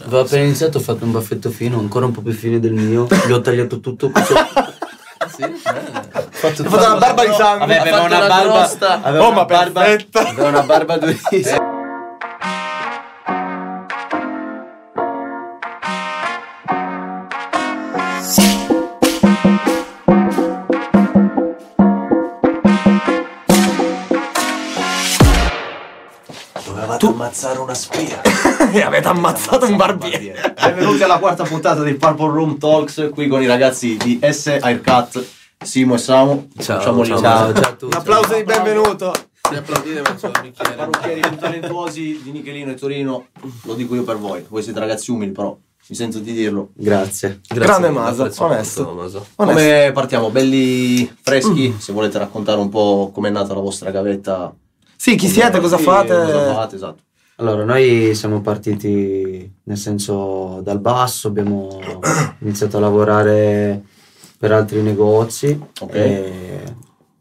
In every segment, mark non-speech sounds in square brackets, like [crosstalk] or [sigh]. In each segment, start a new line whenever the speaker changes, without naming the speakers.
Avevo appena iniziato, ho fatto un baffetto fino, ancora un po' più fine del mio. Gli ho tagliato tutto. [laughs] Sì, eh.
Ho fatto una barba di sangue.
Vabbè, aveva
Ha fatto
una
la
barba.
crosta.
Aveva
Oh,
una
ma
barba,
perfetta.
Aveva una barba durissima.
Dovevate ammazzare una spia.
E Eh, avete ammazzato un barbiere.
Benvenuti alla quarta puntata di Purple Room Talks qui con i ragazzi di S Aircat, Simo e Samu.
Ciao,
Facciamo
ciao,
lì.
ciao,
Ciao.
ciao a tutti.
Un applauso di benvenuto.
Ti applaudire, ma c'è un bicchiere.
Parrucchieri più talentuosi di Nichelino e Torino, lo dico io per voi. Voi siete ragazzi umili, però mi sento di dirlo.
Grazie.
Grande
mille,
Maso,
apprezzo molto,
onesto.
Maso.
Onesto.
Come partiamo? Belli freschi? Se volete raccontare un po' com'è nata la vostra gavetta.
Sì, chi
Come-
siete? Cosa
sì,
fate?
Cosa fate, esatto.
Allora, noi siamo partiti nel senso dal basso,
[clears throat]
abbiamo iniziato a lavorare per altri negozi.
Ok.
e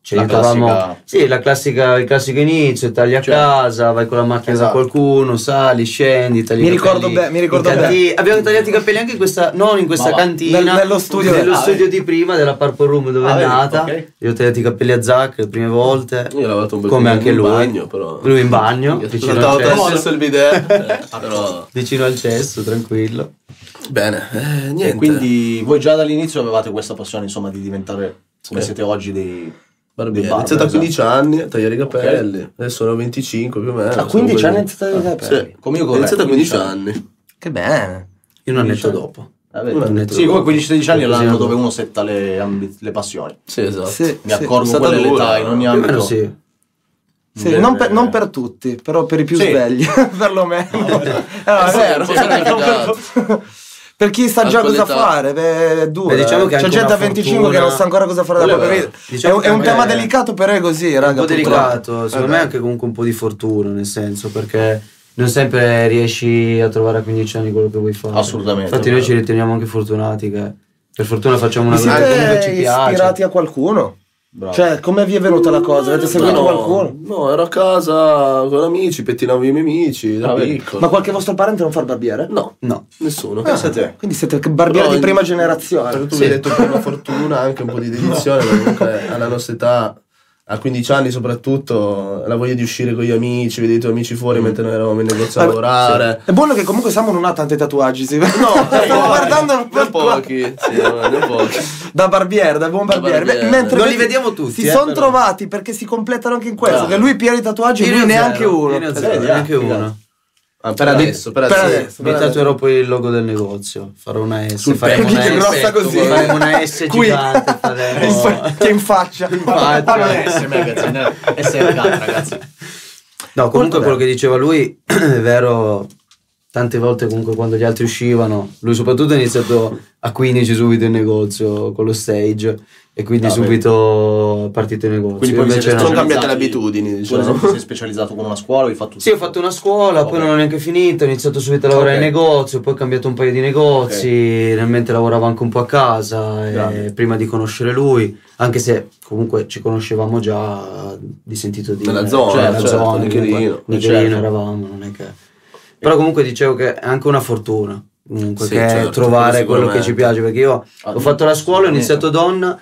ci
La
aiutavamo.
classica-
Sì, la classica, il classico inizio, tagli a
Cioè.
casa, vai con la macchina
Esatto.
da qualcuno, sali, scendi, tagli
Mi
i
ricordo
capelli
be- mi
in
ricordo bene.
canti- Abbiamo tagliato i capelli anche in questa, non in questa
Ma va.
cantina.
Nel- nello studio-
nello
Ah,
studio
vedi.
di prima della Purple Room dove
Ah,
è
vedi,
nata.
ok.
Io ho tagliato i capelli a Zac le prime volte.
Io ho lavato un bel
Come
po'
anche
in
lui.
bagno, però.
Lui in bagno,
Io
vicino
sono
al
stato
cesso.
adesso il bidet. eh,
[laughs]
però.
vicino al cesso, tranquillo.
Bene, eh, niente.
E quindi voi già dall'inizio avevate questa passione, insomma, di diventare come
Sì.
siete oggi dei
Barbieri.
Barbieri,
Ho iniziato a
esatto.
15 anni a tagliare i capelli. Adesso ne ho 25 più o meno. Ah,
A 15 anni hai iniziato a tagliare i capelli?
Sì.
Come io
Ho iniziato a 15
anni.
anni.
Che bene.
In un annetto dopo.
Ah,
Un
vedi?
annetto
Sì,
dopo.
come 15-16 anni è
Così
l'anno
andò.
dove uno setta le, ambi- le passioni.
Sì, esatto.
Sì,
Mi
sì.
accorgo
È stata
quella è l'età
dura.
in ogni
Più o meno
ambito.
Eh, sì.
Sì,
Bene.
non, per, non per tutti, però per i più
Sì.
svegli, [laughs] perlomeno. Allora,
È vero,
sì,
sì,
non per, per chi sa
A
già cosa
quell'età.
fare, beh, è duro.
Beh, diciamo
eh.
che
C'è
anche
gente
una
a 25 che
fortuna-
non sa ancora cosa fare della
Quello
propria
è
vita.
Diciamo
è, un- è un
che
tema
è-
delicato, però è così,
È un
raga.
po'
purtroppo.
delicato, secondo
Eh,
me anche comunque un po' di fortuna, nel senso, perché non sempre riesci a trovare a 15 anni quello che vuoi fare.
Assolutamente,
Infatti noi
vero.
ci riteniamo anche fortunati che per fortuna facciamo una cioè.
Vi
cosa che comunque
siete
ci
ispirati
piace.
a qualcuno?
Bravo.
Cioè, come vi è venuta la cosa? Avete seguito
no,
qualcuno?
No, ero a casa con amici, pettinavo i miei amici da
Ah, vedi.
piccolo.
Ma Ah. qualche vostro parente non fa il barbiere?
No,
No.
nessuno.
Pensa a Ah,
eh,
te.
Quindi siete barbieri
Però
di
in-
prima generazione.
Però tu mi hai detto un po' una fortuna, anche un po' di dedizione, ma comunque alla nostra età, a 15 anni soprattutto, la voglia di uscire con gli amici, vedere i tuoi amici fuori mentre noi eravamo in negozio
Cioè,
a
Vabbè,
lavorare.
È buono che comunque Samu non ha tanti tatuaggi. [laughs] Sì. No,
dai,
stavo
dai.
guardando
Ne ho pochi, sì, ne ho pochi.
Da barbiere, da buon
Da
barbiere.
barbiere.
Mentre
Non
vedi-
li vediamo tutti,
Si
eh,
sono
però.
trovati perché si completano anche in questo.
Bravo.
Che lui piena di tatuaggi e
Io
lui
ne ho
neanche
zero,
uno.
io ne ho
Eh,
zero,
vedi,
neanche
ah,
uno.
Ah, per adesso, per
per
adesso.
adesso,
Mi
per adesso.
tatuerò poi il logo del negozio. Farò una S.
Sul
faremo
petto,
una
che
S,
grossa così.
Faremo una
[laughs]
S
Qui.
gigante.
[laughs]
[laughs]
In
Faremo...
fa- Che in faccia.
faccia.
Ah, non è.
S magazine, S ragazzi.
No,
Molto
comunque
bello.
quello che diceva lui [clears throat] è vero. Tante volte comunque quando gli altri uscivano, lui soprattutto ha iniziato a 15 subito in negozio con lo stage e quindi
Ah, beh.
subito è partito in negozio.
Quindi
Io
poi vi siete
invece no.
sono cambiati.
specializzati-
le abitudini, diciamo.
Per esempio, sei specializzato con una scuola, hai fatto
Sì, ho fatto una scuola, poi
Ok.
non ho neanche finito, ho iniziato subito a lavorare
Ok.
in negozio, poi ho cambiato un paio di negozi, realmente lavoravo anche un po' a casa e
Grande.
prima di conoscere lui, anche se comunque ci conoscevamo già di sentito dire.
Nella zona,
cioè, nella
certo,
zona,
Nicherino,
comunque,
certo.
Nicherino eravamo, non è che... Però comunque dicevo che è anche una fortuna, comunque,
Sì,
che è
certo,
trovare
sicuramente.
quello che ci piace, perché io
Ah,
ho fatto la scuola, ho iniziato donna,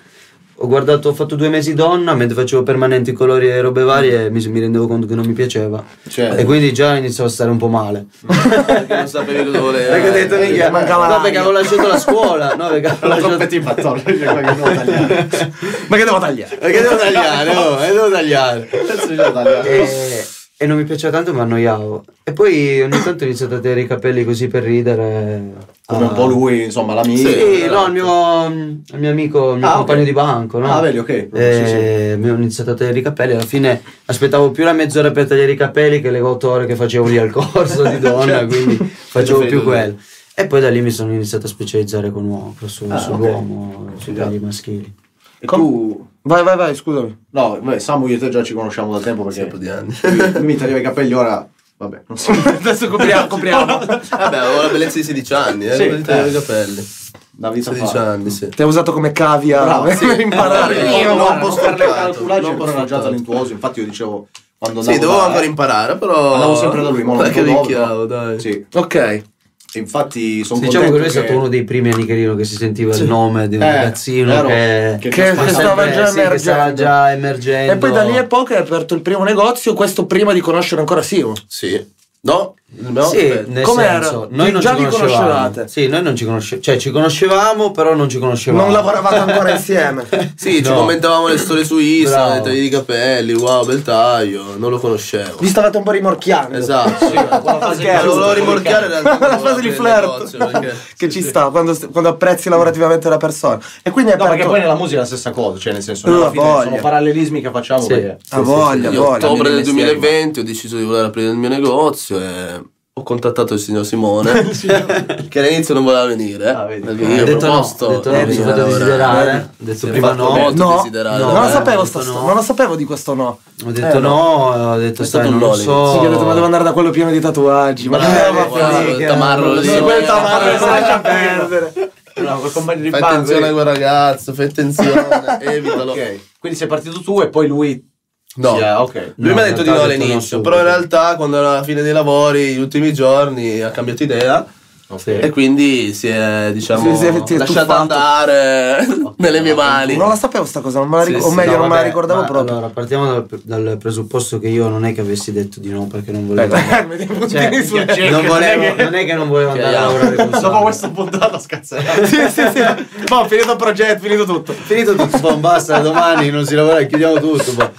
ho guardato, ho fatto due mesi donna, mentre facevo permanenti colori e robe varie, mi, mi rendevo conto che non mi piaceva.
Cioè.
E quindi già iniziavo a stare un po' male.
Perché non sapevi cosa
[laughs]
volevi.
Perché ho detto,
Eh,
minchia,
mi mancava
no,
l'aria."
perché avevo lasciato la scuola, no,
[laughs]
perché avevo lasciato... [laughs]
cioè, eh.
Ma che devo tagliare?
Perché devo tagliare, oh, e devo tagliare.
Sì,
E, Eh, e non mi piaceva tanto, mi annoiavo. E poi ogni tanto ho iniziato a tagliare i capelli così per ridere.
Come
Ah.
un po' lui, insomma, l'amico.
Sì, no, il mio, il mio amico, il mio
Ah,
compagno
ok.
di banco, no?
Ah, vedi, ok.
Eh,
Sì, sì.
Mi ho iniziato a tagliare i capelli. Alla fine aspettavo più la mezz'ora per tagliare i capelli che le otto ore che facevo lì al corso
[laughs]
di donna,
Certo.
quindi facevo
Freddo,
più
freddo.
quello. E poi da lì mi sono iniziato a specializzare con uomo, su,
Ah,
sull'uomo,
ok.
sui capelli maschili.
E tu...
Vai, vai, vai, scusami. [laughs]
No, beh, Samu io e te già ci conosciamo da tempo perché...
Un po' di anni.
Lui [laughs] mi tagliava i capelli, ora... Vabbè, non so.
Adesso copriamo, copriamo.
Vabbè, avevo la bellezza di 16 anni, eh,
Sì.
con i tagliare i capelli.
Da vita
16
fa.
anni, sì.
Ti ha usato come cavia
Bravo,
per
sì.
[laughs] imparare.
Eh, Io
non
guarda,
posso
non
farle
sfruttato,
calcolare,
non
però era già
sfruttato.
talentuoso. Infatti io dicevo quando andavo
Sì, dovevo
da-
ancora imparare, però.
Andavo sempre da lui, ma
Dai, Oh. che
dopo,
ricchiavo, dai.
Sì.
Ok.
E infatti sono
Diciamo che lui
contento
è stato uno dei primi anni Carino che si sentiva il nome di un
Eh,
ragazzino
vero.
che,
Che
che
ma
stava
sempre-
già
sì, che stava
emergendo.
già emergendo.
E poi da lì a poco è aperto il primo negozio, questo prima di conoscere ancora Simo.
Sì. No? No?
Sì,
Aspetta.
nel
Com'era?
senso, noi non
Già
ci
vi
conoscevamo.
conoscevate?
Sì, noi non ci conoscevamo, cioè ci conoscevamo, però non ci conoscevamo.
Non lavoravate
[laughs]
ancora insieme.
Sì, ci
No.
commentavamo le storie su Instagram,
Bravo.
i tagli di capelli, wow, bel taglio, non lo conoscevo.
Vi stavate un po' rimorchiando.
Esatto, sì.
fase-
lo volevo rimorchiare in realtà.
[laughs] la frase di
nel
flirt
negozio, perché-
[laughs] che ci sta quando, quando apprezzi lavorativamente la persona e quindi è
No, perché
aperto
poi nella musica è la stessa cosa, cioè nel senso,
Eh,
alla
la
fine
voglia.
sono parallelismi che facciamo
Sì.
perché...
a Ah, voglia,
Io a
voglia
ottobre del
mio mestiere,
2020 ho deciso di voler aprire il mio negozio e ho contattato il signor Simone che all'inizio non voleva venire.
Ah, vedi.
Perché
Ho
io ho
detto no,
proposto,
ho detto no,
eh,
mi sono
bisogna
fatto
lavorare.
desiderare, ho detto
Sì,
prima
fatto
no,
bene.
no,
desiderato,
non lo
eh.
sapevo sta
Ho detto
sto-
no.
non lo sapevo di questo no
ho detto
Eh,
no, ho detto stai,
È stato un
non lo
lolly.
so.
Sì, che ho detto, ma devo andare da quello pieno di tatuaggi ma
Bravo,
eh,
guarda,
vabbè,
il
che-
tamarro lì.
sì, quel tamarro
Eh,
lo lascia
eh,
perdere
No, col compagno di
Fai
bando,
attenzione a
quindi-
quel ragazzo, fai attenzione, [laughs] evitalo.
Ok, quindi sei partito tu e poi lui...
No.
Sì, eh, ok.
Lui
No,
mi ha
in
detto di
realtà
no
ha detto no
all'inizio,
subito.
però in realtà quando era alla fine dei lavori, gli ultimi giorni, ha cambiato idea
Sì.
e quindi si è, diciamo,
Sì, sì, sì, è
lasciato
tuffato.
andare [laughs] nelle mie mani.
non la sapevo sta cosa non me la
Sì,
ric-
sì,
o meglio
No,
non me la
vabbè,
ricordavo
ma
proprio
Allora, partiamo dal, dal presupposto che io non è che avessi detto di no perché non volevo.
Eh, [laughs] mi devo
Cioè,
dire su-
minchia,
non,
Jack,
volevo- Cioè,
non è che-
non è che non volevo andare a
Chiaro.
lavorare con
[laughs]
Dopo
Sandro.
questa puntata scazzerà.
sì sì sì boh finito il progetto finito tutto
finito tutto, boh, basta, domani non si lavora, chiudiamo tutto. boh.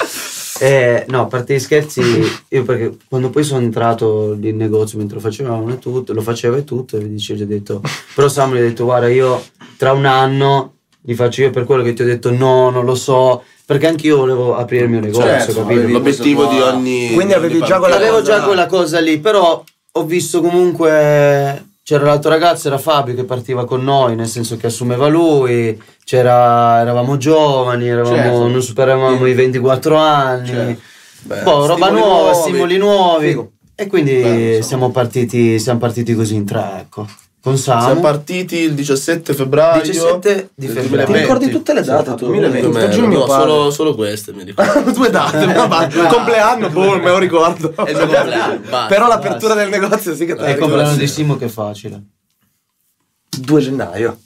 Eh, no, a parte gli scherzi, io perché quando poi sono entrato lì in negozio mentre lo facevamo e tutto, lo facevo e tutto, e vi dicevo, gli ho detto, però Samuel gli ha detto, guarda, io tra un anno gli faccio io per quello che ti ho detto no, non lo so, perché anche io volevo aprire il mio negozio,
Certo,
capito?
avevi-
L'obiettivo di
Questo qua-
ogni...
Quindi avevi
ogni partita.
già quella
Avevo
cosa
già
là.
quella cosa lì, però ho visto comunque. C'era l'altro ragazzo, era Fabio che partiva con noi, nel senso che assumeva lui, c'era, eravamo giovani, eravamo-
Certo.
non superavamo i 24 anni,
Certo.
Beh,
boh, roba
stimoli
nuova,
nuovi.
stimoli nuovi.
Figo.
E quindi
Bello, insomma.
siamo, partiti, siamo partiti così in tre, ecco. Con Samu.
Siamo partiti il 17 febbraio.
17 di
del
febbraio.
ti
2020.
ricordi tutte le date
Sì,
tu
2020.
Il giorno di mio
No,
padre.
solo, solo queste mi ricordo.
[laughs]
[laughs]
Eh, due date [laughs] vabbè, compleanno boh me lo ricordo
È il mio compleanno, basta.
però l'apertura del negozio sì che te la
E
ricordi.
comprano Ecco, di Simo che è facile.
2 gennaio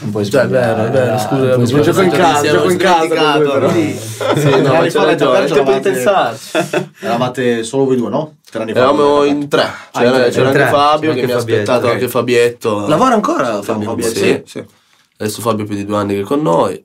Non puoi
Già, è
sbagliare,
vero, è vero,
dai,
Cioè, scusa,
non puoi
mi
sbagliare.
gioco in casa, gioco in casa con lui, però.
Sì, no, ma c'era ragione,
il tempo di pensarci.
Eravate solo voi due, no? Tre anni fa.
Eravamo in tre. C'era,
in tre.
c'era
In tre.
anche Fabio
C'era
che
anche
mi ha
Fabietto,
aspettato,
ok.
anche Fabietto.
lavora ancora
Fabio,
Fabio
sì.
sì, sì.
Adesso Fabio è più di due anni che è con noi.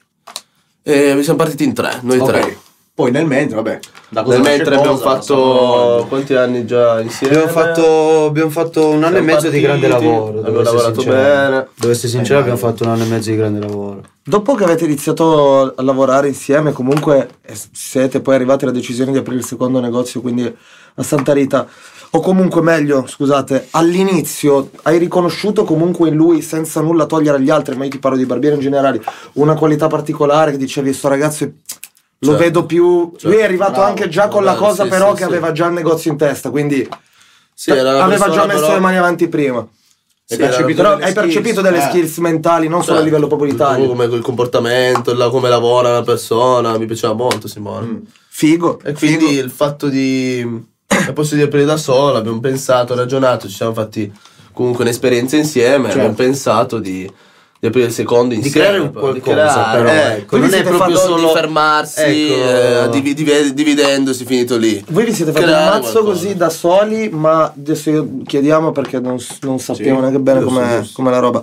E siamo partiti in tre, noi
Ok.
tre.
Poi nel mentre, vabbè. Da cosa
Nel
nasce
mentre abbiamo
cosa,
fatto
siamo-
quanti anni già insieme?
Abbiamo fatto, abbiamo fatto un anno
Siamo
e mezzo di grande
partiti,
lavoro.
abbiamo
devo essere
lavorato
sincero.
bene.
Devo essere sincero,
Eh,
abbiamo
dai.
fatto un anno e mezzo di grande lavoro.
Dopo che avete iniziato a lavorare insieme, comunque eh, siete poi arrivati alla decisione di aprire il secondo negozio, quindi a Santa Rita, o comunque meglio, scusate, all'inizio hai riconosciuto comunque in lui, senza nulla togliere agli altri, ma io ti parlo di barbieri in generale, una qualità particolare che dicevi, sto ragazzo è- lo
Certo.
vedo più...
Certo.
Lui è arrivato
Bravo.
anche già con la
Bravo,
cosa
sì,
però
sì,
che
sì.
aveva già il negozio in testa, quindi
Sì, era una
aveva
persona,
già messo
però-
le mani avanti prima.
Sì,
Hai percepito
Però
delle
hai percepito
skills,
delle
eh.
skills mentali, non solo a
Certo,
livello proprio di taglio.
Come il comportamento, la- come lavora la persona, mi piaceva molto Simone.
Mm.
Figo.
E quindi
figo.
il fatto di al posto di aprire da solo, abbiamo pensato, ragionato, ci siamo fatti comunque un'esperienza insieme,
Certo.
abbiamo pensato di, di aprire il secondo insieme.
creare un
proprio, di eh,
qualcosa, però, ecco. Non
Quindi
è
siete
proprio
non
solo
di fermarsi,
Ecco.
eh, divi- divi- dividendosi, finito lì.
Voi vi siete fatti un
Creare
mazzo
qualcosa.
così da soli, ma adesso io chiediamo perché non, s- non sappiamo
Sì,
neanche bene
giusto,
com'è,
giusto.
com'è la roba.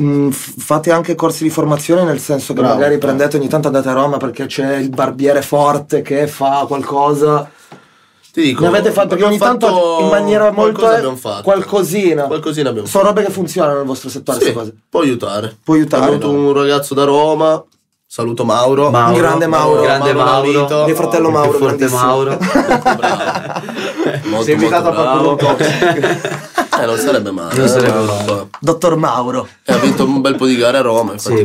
Mm, f- fate anche corsi di formazione nel senso che
Bravo,
magari
bravo.
prendete ogni tanto andate a Roma perché c'è il barbiere forte che fa qualcosa.
Ti dico,
Ne avete fatto perché
abbiamo
ogni tanto
fatto
in maniera molto
qualcosa
eh,
abbiamo fatto.
qualcosina.
Qualcosina abbiamo
Sono robe che funzionano nel vostro settore,
Sì,
queste cose.
può aiutare.
Può aiutare,
Abbiamo avuto
allora.
un ragazzo da Roma. Saluto Oh, Mauro.
Mauro,
Un grande Mauro,
grande Mauro.
Nalito.
Mio fratello
Il più
Mauro,
forte
[laughs]
grandissimo.
Mauro.
Bravo. Molto,
Sei invitato a
molto
Paolo
bravo. [laughs]
Cox.
Eh, non sarebbe male.
Non
eh,
sarebbe
Mauro
male.
qua.
Dottor Mauro.
E ha vinto un bel po' di gare a Roma. Infatti,
Sì,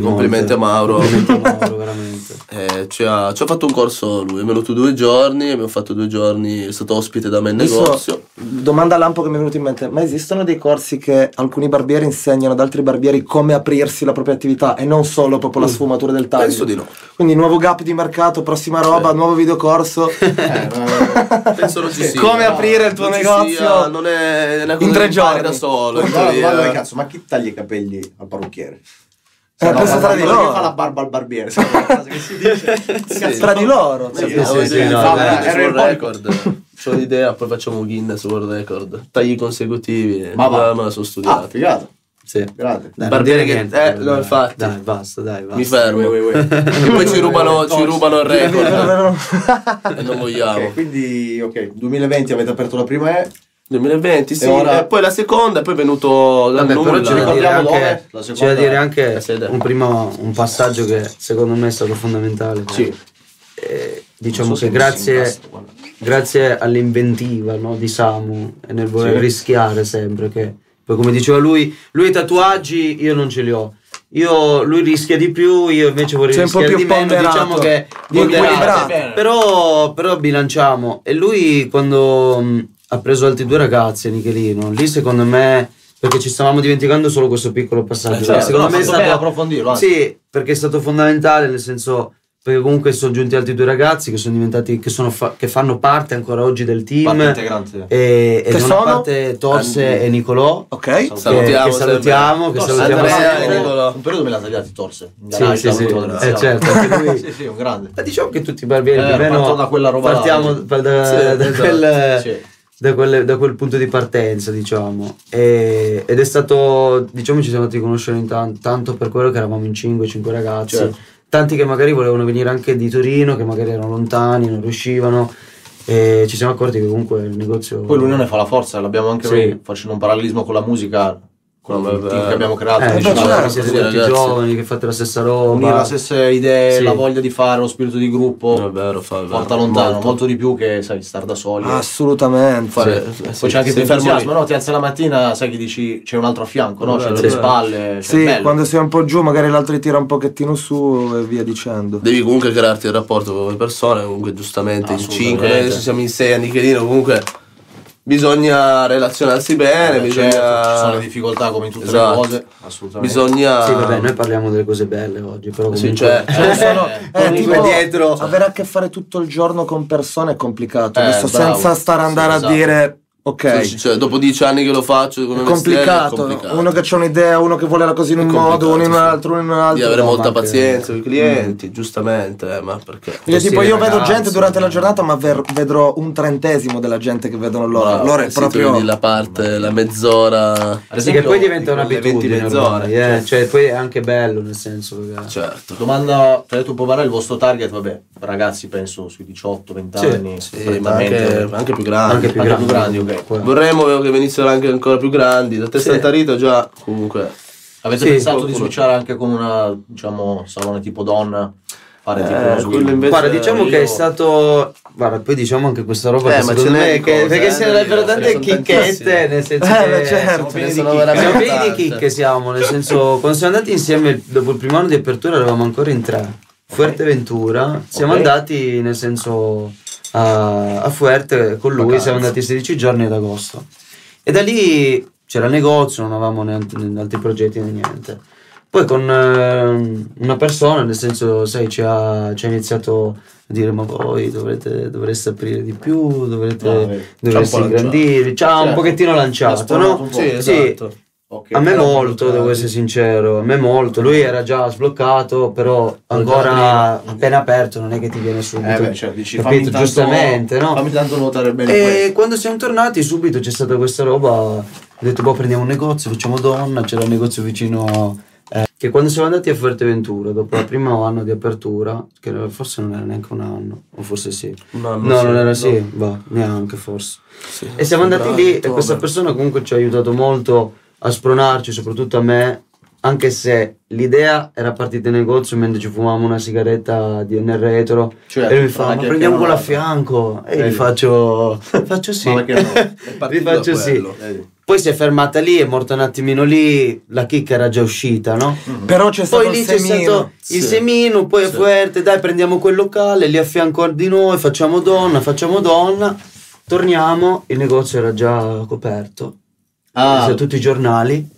molte.
complimenti a Mauro.
Complimenti a Mauro, veramente.
Eh, ci, ha, ci ha fatto un corso lui. È venuto due giorni. Abbiamo fatto due giorni. È stato ospite da me in
Adesso,
negozio.
domanda lampo che mi è venuta in mente, ma esistono dei corsi che alcuni barbieri insegnano ad altri barbieri come aprirsi la propria attività e non solo proprio la
Mm.
sfumatura del taglio?
Penso di no.
Quindi nuovo gap di mercato, prossima roba, nuovo videocorso.
[laughs] Eh, ma-
Penso non ci sia.
come aprire il tuo
Non ci
negozio
sia, non è una cosa
in tre
che
farmi.
fare da solo.
Poi
in
la
teoria.
domanda è, cazzo, ma chi taglia i capelli al parrucchiere?
Eh,
Se no,
penso
ma
tra di
quello
loro.
Che fa la barba al barbiere, sai quella cosa che si
[laughs]
dice? Cazzo,
Tra di loro.
Sì,
sì, sì, sì, no,
no,
dai,
guarda,
era
su
il
World
boy-
record. C'ho l'idea, poi facciamo un Guinness World Record. Tagli consecutivi.
Ma
Ma
va.
me la sono
Ah,
studiata.
figato,
Sì.
grande.
Dai,
Barbiere
non dire
che-
niente,
eh, l'ho
dai,
fatto.
Dai, basta, dai, basta.
Mi fermo.
Uè, uè, uè.
[laughs] E poi ci rubano, ci rubano il record. [laughs] e non
Ah. Ok,
vogliamo.
quindi, ok, 2020 avete aperto la prima E.
2020, sì.
E
E,
ora-
poi la seconda, e poi è venuto la
Vabbè, però
nulla.
c'è da dire
Ricordiamo
anche,
dove? La
c'è
seconda-
da dire anche
la sede.
un, primo, un passaggio che secondo me è stato fondamentale.
Sì.
Eh, diciamo
Non so
che
se mi
grazie,
si incastra, guarda.
grazie all'inventiva no, di Samu e nel voler
Sì.
rischiare sempre, che poi come diceva lui, lui ha i tatuaggi, io non ce li ho. Io, lui rischia di più, io invece vorrei
Sei un po'
rischiare di
più
meno.
ponderato.
Diciamo che
Più
ponderato.
equilibrato.
Però, però bilanciamo. E lui quando mh, ha preso altri due ragazzi a Nichelino, lì secondo me, perché ci stavamo dimenticando solo questo piccolo passaggio.
Eh, certo,
secondo
no,
me è
secondo me
stato
approfondirlo, anzi.
Sì, perché è stato fondamentale, nel senso perché comunque sono giunti altri due ragazzi che sono diventati che, sono fa- che fanno parte ancora oggi del team
Parte integrante.
e, e
Che
da una
sono?
parte Torse e Nicolò
Ok.
che-
Salutiamo
che
sempre.
salutiamo, che
Torse,
salutiamo
Andrea
sempre.
e Nicolò.
Un periodo me l'ha tagliati Torse. in
Sì,
garage,
sì,
da
sì.
Montone,
Eh,
siamo.
certo,
[laughs]
anche lui.
Sì, sì, un grande.
Ma diciamo che tutti i barbieri
Eh,
più o meno
partono da quella roba là.
partiamo da, da-
Sì,
da
esatto,
quel,
sì.
da quelle- da quel punto di partenza diciamo E- ed è stato diciamo ci siamo fatti conoscere in tan- tanto per quello che eravamo in 5 5 ragazzi
Certo.
tanti che magari volevano venire anche di Torino che magari erano lontani non riuscivano e ci siamo accorti che comunque il negozio
Poi l'unione fa la forza, l'abbiamo anche
Sì.
noi facendo un parallelismo con la musica, con il
Vabbè.
team che abbiamo creato.
eh,
Eh,
diciamo,
beh, certo,
che siete
sì,
tutti
ragazzi.
giovani che fate la stessa roba
Unire le stesse idee,
Sì. Eh,
la voglia di fare, lo spirito di gruppo,
È vero, fa, è vero.
porta lontano, molto.
Molto.
di più che sai star da soli.
Ah, Assolutamente.
Fare-
Sì.
eh,
Poi
sì,
c'è anche
sei
più
fermo lì.
entusiasmo, no? Ti alzi la mattina, sai che dici c'è un altro a fianco, no? C'è
Vero,
le
vero.
spalle, c'è
Sì,
il bello.
quando sei un po' giù, magari l'altro ti tira un pochettino su e via dicendo.
Devi comunque crearti il rapporto con le persone, comunque giustamente in
Assolutamente.
5, adesso siamo in 6 a Nichelino, comunque bisogna relazionarsi bene,
Certo,
bisogna...
ci sono le difficoltà come in tutte le
eh, Esatto.
cose, assolutamente.
Bisogna...
sì vabbè noi parliamo delle cose belle oggi però
Sì,
comunque
cioè-
[laughs]
Cioè, sono-
Eh,
eh,
tipo
tipo,
dietro.
avere a che fare tutto il giorno con persone è complicato.
Eh,
Adesso
bravo.
senza stare a
Sì,
andare
esatto.
a dire ok.
Sì, cioè, dopo dieci anni che lo faccio come
è
mestiere,
complicato,
è complicato.
uno che ha un'idea, uno che vuole la cosa in un
È
modo,
complicato,
uno in un
sì.
altro, uno in un altro.
Devi avere
no,
molta
ma anche-
pazienza con i clienti, giustamente, eh, ma perché?
Io,
Sì,
tipo, io vedo
ragazzi,
gente durante la
no.
giornata, ma ver- vedrò un trentesimo della gente che vedono loro.
Bravo,
loro è
Ah, sì, tu
proprio.
vedi la parte, la mezz'ora,
Ad
Sì,
esempio,
che poi diventa
di quelle
un'abitudine
20 mezz'ore,
ormai, eh, cioè, poi è anche bello nel senso perché-
certo.
Eh, Domanda, ti ho detto un po' banale, il vostro target, vabbè, ragazzi penso sui 18-20
Sì,
anni,
Sì, ma anche,
prettamente.
anche più grandi.
anche più
anche
grandi,
più grandi, ok.
Qua.
Vorremmo che venissero anche ancora più grandi. Da te
Sì.
Santa Rita già comunque.
Avete
Sì,
pensato di
qualcuno.
switchare anche con una, diciamo, salone tipo donna? Fare
Eh,
tipo uno swing?
quello invece-
Guarda, diciamo
io-
che è stato. Guarda, poi diciamo anche questa roba
Eh,
che
ma
secondo
ce n'è
me.
di
Che,
cose,
perché
eh,
se ne
da
sono
dire,
veramente
sono
chicchette,
tantissime.
nel senso
Eh,
che.
beh, certo.
Ce ne
di
sono
chicche.
Siamo
veramente
pieni di
tante.
chicche siamo, nel senso, quando siamo andati insieme dopo il primo anno di apertura eravamo ancora in tre. Fuerteventura, siamo
Ok.
andati nel senso a, a Fuerte con lui, siamo andati 16 giorni ad agosto. E da lì c'era il negozio, non avevamo né alt- né altri progetti né niente. Poi con ehm, una persona, nel senso, sai, ci ha, ci ha iniziato a dire ma voi dovrete, dovreste aprire di più, dovrete,
Ah, vedi.
dovreste
Ci ha un po'
ingrandirvi, ci ha un
Certo.
pochettino
L'ha
lanciato,
spawnato
no? esatto.
un po'. Sì, esatto. Ok,
A me
però- eh,
molto, devo essere sincero, a me molto. Lui era già sbloccato, però ancora appena aperto non è che ti viene subito.
Eh beh, cioè, dici, fammi
capito?
tanto-
Giustamente, no?
Fammi tanto nuotare bene
E
questo.
quando siamo tornati subito c'è stata questa roba, ho detto boh prendiamo un negozio, facciamo donna, c'era un negozio vicino... eh, che quando siamo andati a Fuerteventura, dopo il primo anno di apertura, che forse non era neanche un anno, o forse sì.
No,
No, non era sì, boh, neanche forse.
Sì,
E siamo andati
bravo,
lì e
ottobre.
questa persona comunque ci ha aiutato molto a spronarci, soprattutto a me, anche se l'idea era partita in negozio mentre ci fumavamo una sigaretta di- nel retro
Cioè,
e lui mi fa
alla
ma
chiacchierata.
prendiamo quella a fianco e io gli
Vedi.
faccio [laughs] faccio sì
Ma perché [laughs]
[laughs]
no? È
gli
partito da
faccio sì
quello.
Vedi?
poi si è fermata lì è morta un attimino lì la chicca era già uscita no?
Però c'è stato
poi lì
il
c'è
semino.
stato il
Sì.
semino, poi a
Sì.
Fuerte, dai prendiamo quel locale, lì a fianco di noi, facciamo donna, facciamo donna, torniamo, il negozio era già coperto,
Ah.
su tutti i giornali,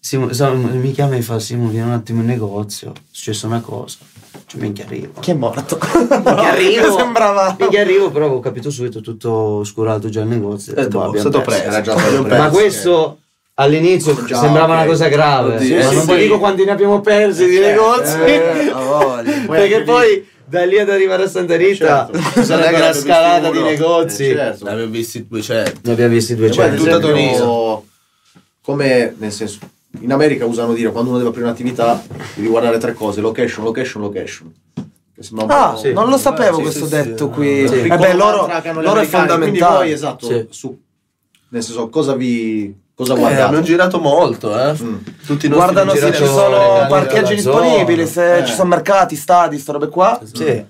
Simo- sa- mi chiama e mi fa Simo vieni un attimo in negozio, è successa una cosa, Cioè, Cioè, minchia arrivo.
Chi è morto? [laughs]
Minchia arrivo.
Sembrava.
Minchia arrivo, però avevo capito subito tutto scurato già il negozio. ho
Eh,
detto,
boh,
"Boh,
è
abbiamo
stato
perso".
preso.
Era già
Abbiamo
stato
perso.
Ma questo all'inizio
Già,
sembrava
ok.
una cosa grave.
Oddio,
ma
eh,
non
sì.
vi dico quanti ne abbiamo persi di negozi.
Eh, a voglia.
[laughs] Perché poi da lì ad arrivare a Santa Rita
Certo.
[laughs]
ci sarebbe una
Ragazzi,
scalata di
uno.
negozi.
Eh, certo.
Ne abbiamo visti 200.
Ne abbiamo visti
E poi, ad
200.
Tutta
esempio,
Tunisia.
Come nel senso, in America usano dire quando uno deve aprire un'attività devi guardare tre cose: location, location, location. Che sembra un
Ah,
po'-
Sì.
non lo sapevo
Sì,
questo
sì,
detto
sì.
qui.
Sì.
Eh
Piccolo
beh, loro,
mantra che hanno gli
loro è
americani, Quindi voi
fondamentale.
esatto,
Sì.
su, nel senso, cosa vi. cosa
Eh, abbiamo
guardate?
girato molto, eh.
Mm.
Tutti i nostri
Guardano se
giratori,
ci sono
ragazzi,
parcheggi
della zona.
disponibili, se
Eh.
ci sono mercati, stadi, sto robe qua.
Sì.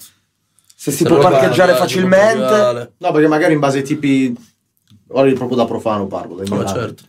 Se si
Se
può
lo guardi,
parcheggiare
guardi,
facilmente.
guardi,
No, perché magari in base ai tipi. Ora io proprio da profano parlo. da
Ma
ignorante.
certo.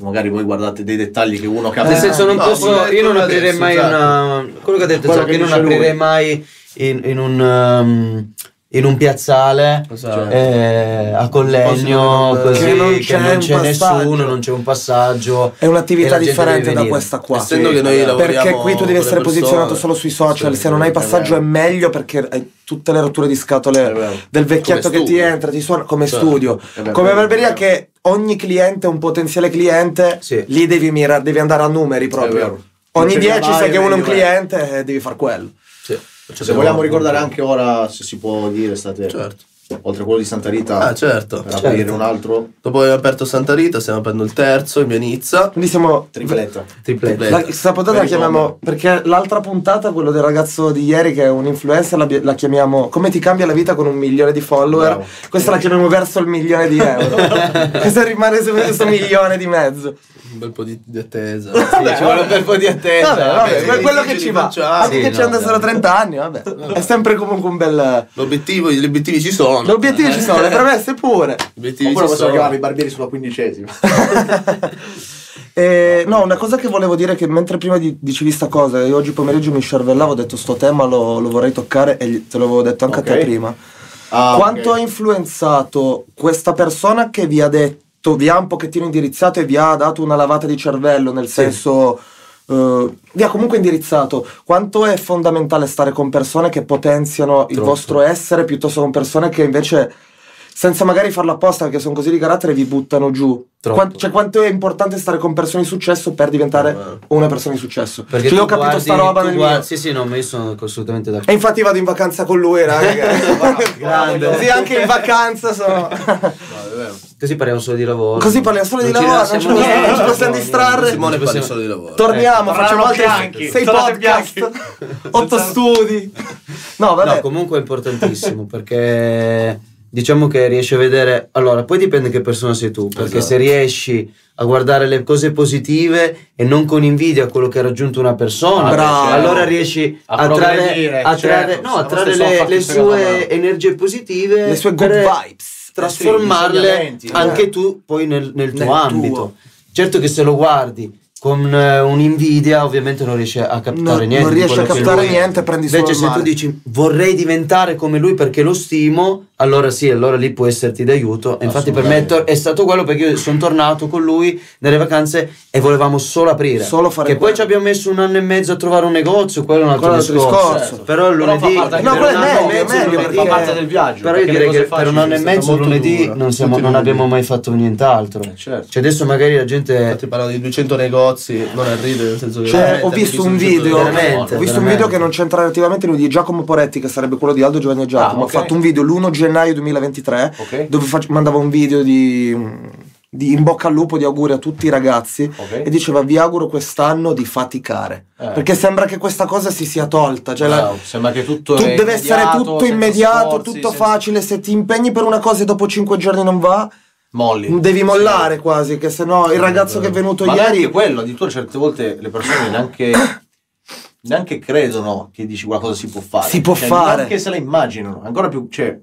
Magari voi guardate dei dettagli che Ah, uno capita.
Eh,
Nel senso, non
no,
posso.
quello che
Io non
ha
aprirei
detto,
cioè,
certo.
mai
esatto.
una. Quello che ha detto,
Quello
cioè,
che
che non
dice lui.
aprirei mai in, in un. um, in un piazzale
Esatto.
eh, a
Posso dire
Collegno
non-
così
Che
che
non
non
c'è
c'è,
un passaggio.
nessuno non c'è un passaggio
È un'attività
e la gente deve
differente da
venire.
questa qua.
Essendo
Sì.
che noi lavoriamo
Perché qui tu devi
con le
essere
persone.
posizionato solo sui social.
Sì,
Se non hai
è
passaggio è
vero.
meglio perché hai tutte le rotture di
È vero.
scatole del vecchietto
Come
che ti
studio.
entra, ti suona come
Certo.
studio.
Eh beh,
Come
quello è
barberia
vero.
che ogni cliente è un potenziale cliente,
Sì.
lì devi mirare, devi andare a numeri
vero.
proprio.
Più
Ogni
ce ne
10
vai,
sai che uno è un
meglio è.
cliente e devi far quello.
Sì.
Cioè, se vogliamo ricordare anche ora, se si può dire, state
Certo.
oltre a quello di Santa Rita,
Ah, certo.
per aprire un altro
Dopo aver aperto Santa Rita, stiamo aprendo il terzo in via Nizza.
Quindi siamo
tripletta.
tripletto
La, questa puntata la
Very
chiamiamo perché l'altra puntata, quello del ragazzo di ieri che è un influencer, la, la chiamiamo Come ti cambia la vita con un milione di follower.
Bravo.
Questa la chiamiamo verso il milione di euro. questa rimane su questo milione di mezzo.
Un bel po' di, di attesa.
ci vuole un bel po' di attesa
vabbè, vabbè,
Eh, cioè, vabbè,
que-
sì,
quello
sì, ah,
che
ci
ci va.
rifacciamo.
Anche
Sì,
che
no,
ci andassero
vabbè.
30 anni, vabbè. È sempre comunque un bel.
L'obiettivo, gli obiettivi ci sono.
Gli obiettivi ci sono, le premesse pure.
Gli obiettivi
Oppure
ci
possiamo
sono.
chiamare i barbieri sulla
[laughs]
quindicesima.
Eh, no, una cosa che volevo dire è che mentre prima di, dicevi sta cosa, io oggi pomeriggio mi scervellavo, ho detto sto tema lo, lo vorrei toccare e gli- te l'avevo detto anche a
Ok.
te prima.
Ah,
Quanto
ok.
ha influenzato questa persona che vi ha detto, vi ha un pochettino indirizzato e vi ha dato una lavata di cervello, nel senso eh, vi ha comunque indirizzato. Quanto è fondamentale stare con persone che potenziano il
Troppo.
vostro essere piuttosto che con persone che invece, senza magari farlo apposta perché sono così di carattere, vi buttano giù?
Troppo.
Quan- cioè, quanto è importante stare con persone di successo per diventare una persona di successo?
Ah. perché
Cioè, io ho
tu
capito
guardi-
sta roba
tu
nel
guardi-
mio-
sì sì no ma io sono assolutamente d'accordo
E infatti vado in vacanza con lui, raga.
Grande.
Sì, anche in vacanza sono.
Ecco,
Così parliamo solo di lavoro.
Così parliamo solo di
Non ci
lavoro,
lasciamo
non ci-
niente,
non ci possiamo
no,
distrarre.
no,
Simone
ci
parla
possiamo-
solo di lavoro.
Torniamo,
Ecco,
facciamo
parlano
altri
bianchi,
sei
tornate
podcast, otto studi. No, vabbè.
No, comunque è importantissimo perché diciamo che riesci a vedere. Allora, poi dipende che persona sei tu. Perché
Esatto.
se riesci a guardare le cose positive e non con invidia quello che ha raggiunto una persona,
Ah, Bravo. certo.
allora riesci
A
a trarre,
progredire,
a trarre-
certo.
no, a
Siamo
trarre
stessi
le,
fatti
le
per la mano.
sue energie positive,
Le sue good
per
vibes. Eh
trasformarle
insegnamenti,
anche
eh.
tu poi nel, nel tuo
Nel tuo.
ambito. Certo che se lo guardi con eh, un'invidia ovviamente non riesci a
No,
captare
non
niente. di
riesci
quello
a
che
captare
lui-
niente, prendi solo
Invece
il
se tu
male.
dici vorrei diventare come lui perché lo stimo, allora sì, allora lì può esserti d'aiuto. E infatti per me è to- è stato quello perché io sono tornato con lui nelle vacanze e volevamo solo aprire.
Solo fare
che poi
quello.
ci abbiamo messo un anno e mezzo a trovare un negozio, quello è un altro,
Quello è un altro
discorso.
discorso.
Però il lunedì
fa parte anche
No,
per
quello
un
è
anno e
meglio,
mezzo,
è meglio, eh.
lunedì-
perché-
fa parte del viaggio.
Però io
perché
direi
le
che
cose
per un anno
facili
e
sono state
mezzo
molto
lunedì
dure.
non, siamo-
Tutti
non
lunedì.
abbiamo mai fatto nient'altro.
Eh, certo.
Cioè, adesso magari la gente
Infatti parlano di 200 negozi, non a ridere, nel senso che...
Cioè,
veramente
ho
abbiamo
visto un
200
video,
veramente,
ho visto un
veramente.
video che non c'entra relativamente lui di Giacomo Poretti, che sarebbe quello di Aldo Giovanni e Giacomo.
Ah, ok.
Ha fatto un video l'1 gennaio 2023
Ok.
dove fac- mandava un video di, di in bocca al lupo di auguri a tutti i ragazzi
Ok.
e diceva vi auguro quest'anno di faticare.
Eh.
Perché sembra che questa cosa si sia tolta. Cioè la-
Bravo, sembra che tutto
tu-
è
deve essere
immediato,
tutto
senza
immediato,
sforzi,
tutto
senza-
facile. Se ti impegni per una cosa e dopo 5 giorni non va,
Molli.
devi mollare quasi. Che sennò il ragazzo che è venuto
Eh, Ma
ieri.
neanche quello, addirittura certe volte le persone neanche, neanche credono che dici qualcosa si può fare.
Si può
Cioè,
fare.
Neanche se la immaginano. Ancora più, cioè,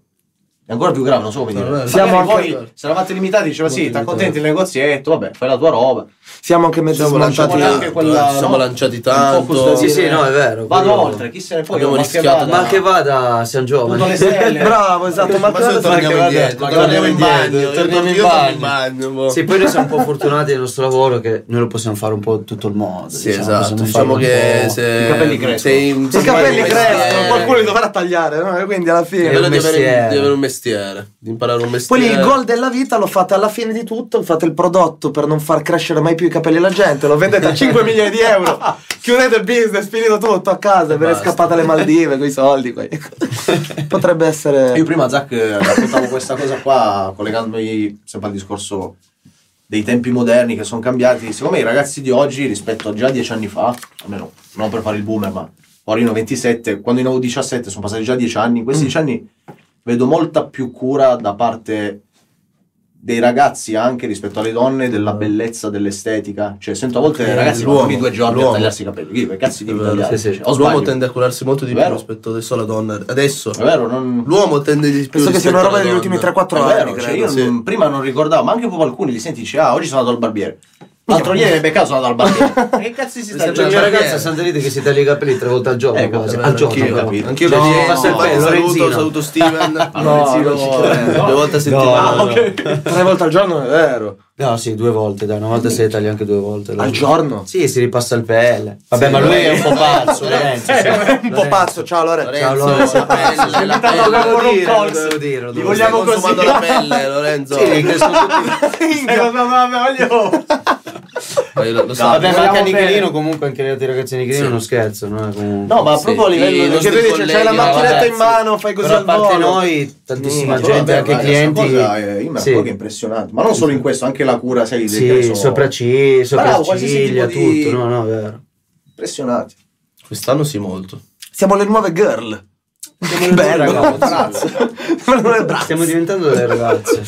È ancora più grave, non so come dire.
No, no, no.
Magari
Siamo
voi
anche-
se eravate limitati, diceva sì,
Molto
ti
limitati.
accontenti del negozietto, vabbè, fai la tua roba.
Siamo anche mezzo
Siamo lanciati,
smontati.
lanciamo diciamo, anche
tanto,
quella-
eh, siamo
no?
lanciati
Un po'
tanto.
custodire.
Sì, sì, no, è vero.
Vado
quello-
oltre, chi se ne frega.
Abbiamo
ma che
rischiato.
vada.
Ma che vada, siamo
Punto alle
giovani.
stelle.
[laughs] Bravo, esatto. Ma
Ma
certo,
se
guarda-
torniamo
guarda-
indietro,
guarda-
torniamo indietro,
guarda-
torniamo in
guarda-
bagno. boh.
Sì, poi noi siamo un
[laughs]
po' fortunati nel nostro lavoro che noi lo possiamo fare un po' in tutto il mondo.
Sì, esatto.
possiamo
Diciamo
farlo un
che
po'.
se.
I capelli crescono.
sei un-
I capelli
un
crescono,
mestiere-
qualcuno li dovrà tagliare, no? E quindi alla
È
fine.
Io-
bello di avere,
mestiere.
di avere un mestiere, di imparare un
Poi
mestiere.
lì il gol della vita lo fate alla fine di tutto, fate il prodotto per non far crescere mai più i capelli alla gente, lo vendete a 5 milioni di euro, chiudete il business, finito tutto a casa, ve ne
Basta.
scappate alle Maldive con i soldi. coi- Potrebbe
Io
essere...
prima a Zach eh, raccontavo questa cosa qua collegandomi sempre al discorso dei tempi moderni che sono cambiati. Secondo me i ragazzi di oggi rispetto a già dieci anni fa, almeno non per fare il boomer, ma ora io ne ho 27, quando ne avevo 17 sono passati già dieci anni, in questi
Mm.
dieci anni vedo molta più cura da parte dei ragazzi anche rispetto alle donne della bellezza dell'estetica cioè sento a volte
Mm. Eh,
ragazzi ma
l'uomo,
ogni due giorni a
l'uomo.
tagliarsi i capelli Chi- che cazzo di
È vero,
tagliare?
sì, sì.
Cioè, o
L'uomo
sbaglio?
tende a curarsi molto di più
Vero.
rispetto adesso alla donna. Adesso
è vero non...
l'uomo tende di più.
Penso che sia
rispetto
una roba
alla
degli ultimi
donna. Eh,
3-4
È
anni,
vero,
credo,
cioè io
sì.
non- prima non ricordavo, ma anche proprio alcuni li senti, dici, ah, oggi sono andato al barbiere. L'altro ieri mi peccato sono andato al barbiere. Ma [laughs] che cazzo si sta
C'è una
Cioè,
ragazza
perché? Eh,
a Santa Rita che si taglia i capelli tre volte al giorno.
Ecco,
quasi.
vabbè,
al giorno,
anch'io,
però.
capito.
Anch'io
No,
lo
passa il pezzo,
saluto,
Lorenzino.
saluto Steven.
Lorenzino,
eh,
no.
due volte a settimana.
No, ok.
Tre volte al giorno è vero.
No, sì, due volte, dai, una volta si taglia anche due volte.
Al giorno?
Sì, si ripassa il pelle. Vabbè,
Sì, Eh,
ma lui è un po'
Lorenzo.
pazzo,
[laughs]
Lorenzo. Eh, sì.
Eh, È un po'
Lorenzo.
pazzo, ciao Lorenzo.
Ciao, Lorenzo.
la pelle,
Sì,
la
intanto
pelle.
dovevo
Ancora un
dire,
colpo.
dovevo dire, lo
Li
dovevo
vogliamo
dire.
Stai consumando
così.
la pelle, Lorenzo.
Sì, crescono tutti.
Minchia.
Ma io lo, lo so.
Vabbè, ma
vogliamo
anche a
bene.
Nichelino, comunque, anche gli altri ragazzi di Nichelino, non scherzo, no? è comunque-
No, ma proprio a livello...
Sì, i
di-
Perché
nostri
tu dici,
colleghi,
c'hai la
no,
macchinetta in
ragazzi.
mano, fai così
Però
al
a parte
volo.
noi, tantissima
Sì,
Però
gente,
vabbè,
anche
ma
clienti.
questa cosa eh, è una
Sì.
cosa impressionante, ma non solo in questo, anche la cura, sai, del che ne
Sì,
so,
sopracciglia,
Bravo, qualsiasi
sopracciglia,
tipo di-
tutto. No, no, è vero.
Impressionante.
Quest'anno sì, molto.
Siamo le nuove girl. Che bello.
ragazzi.
Siamo le nuove bra-
Stiamo diventando delle ragazze.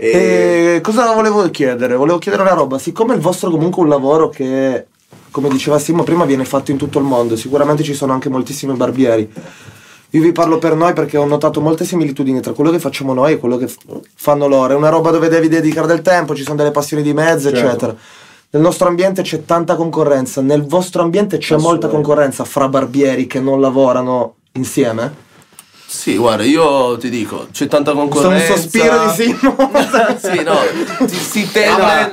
E-
E cosa volevo chiedere? Volevo chiedere una roba, siccome il vostro comunque è un lavoro che, come diceva Simo prima, viene fatto in tutto il mondo, sicuramente ci sono anche moltissimi barbieri. Io vi parlo per noi perché ho notato molte similitudini tra quello che facciamo noi e quello che f- fanno loro. È una roba dove devi dedicare del tempo, ci sono delle passioni di mezzo,
Certo.
eccetera. Nel nostro ambiente c'è tanta concorrenza, nel vostro ambiente c'è molta
Assolutamente.
concorrenza fra barbieri che non lavorano insieme.
Sì, guarda, io ti dico, c'è tanta
Sono un
concorrenza.
sospiro di Simo.
[laughs] sì, no, ti- si tende.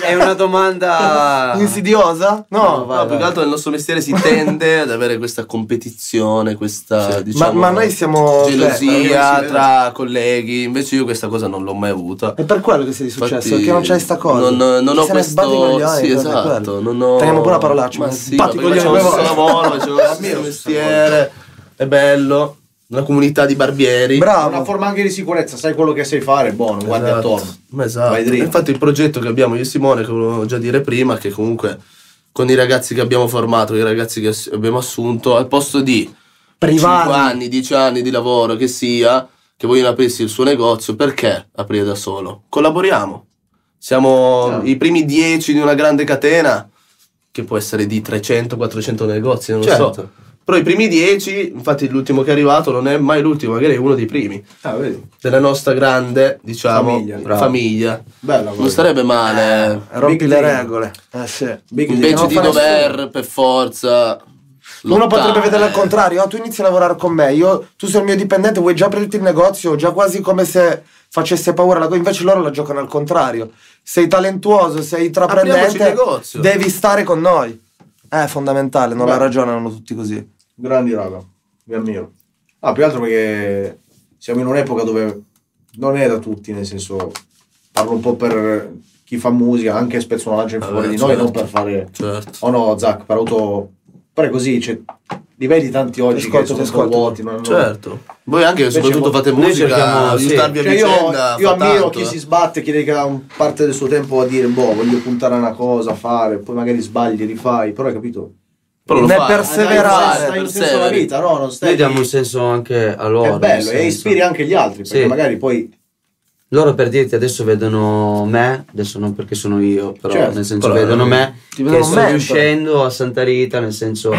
È una
Ah.
domanda
Insidiosa? No,
No,
vai,
più
vai.
che altro nel nostro mestiere si tende ad avere questa competizione, questa diciamo,
ma noi siamo- cioè,
gelosia
beh,
tra colleghi. Invece io questa cosa non l'ho mai avuta.
È per quello che sei successo,
Infatti,
perché non c'è sta cosa.
Non, non
Chi
ho
se ne sbatti i
questo.
coglioni,
Sì,
per me,
esatto.
quello.
Non ho...
Teniamo pure la parolaccia.
Ma
mi
sì,
sbatti i
ma perché
coglioni
c'è
due
un solo
volte.
lavoro, c'è un stesso mestiere. È bello. Una comunità di barbieri.
È una
Bravo.
forma anche di sicurezza, sai quello che sai fare, buono, guardi
Esatto.
attorno.
Ma esatto.
Vai dritto.
Infatti il progetto che abbiamo io e Simone, che volevo già dire prima, che comunque con i ragazzi che abbiamo formato, i ragazzi che ass- abbiamo assunto, al posto di
Privarli.
5 anni, 10 anni di lavoro che sia, che vogliono aprirsi il suo negozio, perché aprire da solo? Collaboriamo. Siamo
Sì.
i primi 10 di una grande catena, che può essere di 300-400 negozi, non lo so.
Certo.
Però i primi 10, infatti l'ultimo che è arrivato non è mai l'ultimo, magari è uno dei primi
Ah, vedi.
della nostra grande, diciamo,
Famiglia,
famiglia.
bravo. Bella
Non
cosa.
starebbe male.
Rompi
Big
le
deal.
regole. Eh sì.
Big deal.
Invece
Non
di
fa
dover
nessuno.
per forza.
Uno
lottare.
potrebbe vedere al contrario, ah, tu inizi a lavorare con me, io, tu sei il mio dipendente, vuoi già aprirti il negozio, già quasi come se facesse paura, la co- invece loro la giocano al contrario. Sei talentuoso,
Apriamoci il
sei intraprendente,
negozio.
devi stare con noi. Eh, È fondamentale, non
Beh.
la ragionano tutti così.
Grandi raga, vi ammiro. Ah, più che altro perché siamo in un'epoca dove non è da tutti, nel senso parlo un po' per chi fa musica, anche spezzo una lancia in
Vabbè,
favore di
certo.
noi, non per fare...
Certo.
Oh no, Zach, per auto... Però è così, cioè, li vedi tanti oggi
ascolto,
che sono
ti
un po'
ascolto.
vuoti, non hanno-
Certo. Voi anche,
Oh, Invece
soprattutto,
mo-
fate
noi
musica,
cerchiamo-
aiutarvi
Cioè,
a
io,
vicenda.
io
fa
ammiro
tanto,
chi
eh.
si sbatte, chi dedica un- parte del suo tempo a dire, boh, voglio puntare a una cosa, fare, poi magari sbagli, rifai, però hai capito?
Però lo
Ne
fai.
perseverare.
Stai un senso alla
Perseveri.
vita, no? Non stai
Noi diamo
lì.
un senso anche a
Che
loro.
è
nel
bello
senso.
e ispiri anche gli altri perché
Sì.
magari poi
Loro per dirti adesso vedono me, adesso non perché sono io, però
Certo,
nel senso
però-
vedono me
Ti vedono
che
un
sto
mentor.
riuscendo a Santa Rita, nel senso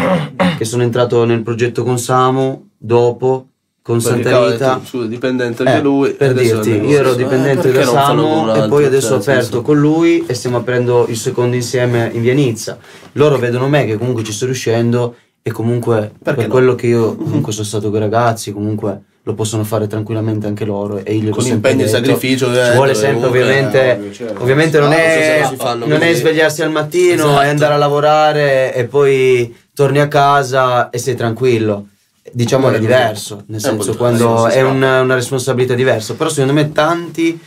che sono entrato nel progetto con Samu dopo con
Perché,
Santa
cavolo,
Rita.
tu- tu dipendente
Eh,
anche lui,
per
adesso
dirti,
andiamo-
io ero
eh,
dipendente
perché
da
non fanno come un
Samo e
altro?
poi adesso ho
Cioè, nel
aperto
senso-
con lui e stiamo aprendo il secondo insieme in via Nizza. Loro vedono me che comunque ci sto riuscendo e comunque per
no?
quello che io comunque sono stato con i ragazzi, comunque lo possono fare tranquillamente anche loro e io
Con
impegno
impegno e sacrificio,
ci
ovviamente,
vuole sempre
comunque,
ovviamente
eh, ovvio, certo.
ovviamente non
Ah, non so
è,
se lo si fanno,
non è
quindi-
svegliarsi al mattino
Esatto.
è andare a lavorare e poi torni a casa e sei tranquillo diciamo
Eh,
è diverso nel
è un po'
senso
diverso,
quando
sì, sì,
è
sì.
un- una responsabilità diversa però secondo me tanti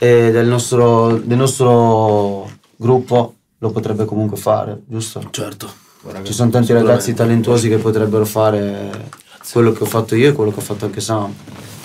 eh, del, nostro, del nostro gruppo lo potrebbe comunque fare giusto?
Certo.
ci sono tanti ragazzi talentuosi che potrebbero fare quello che ho fatto io e quello che ho fatto anche Sam.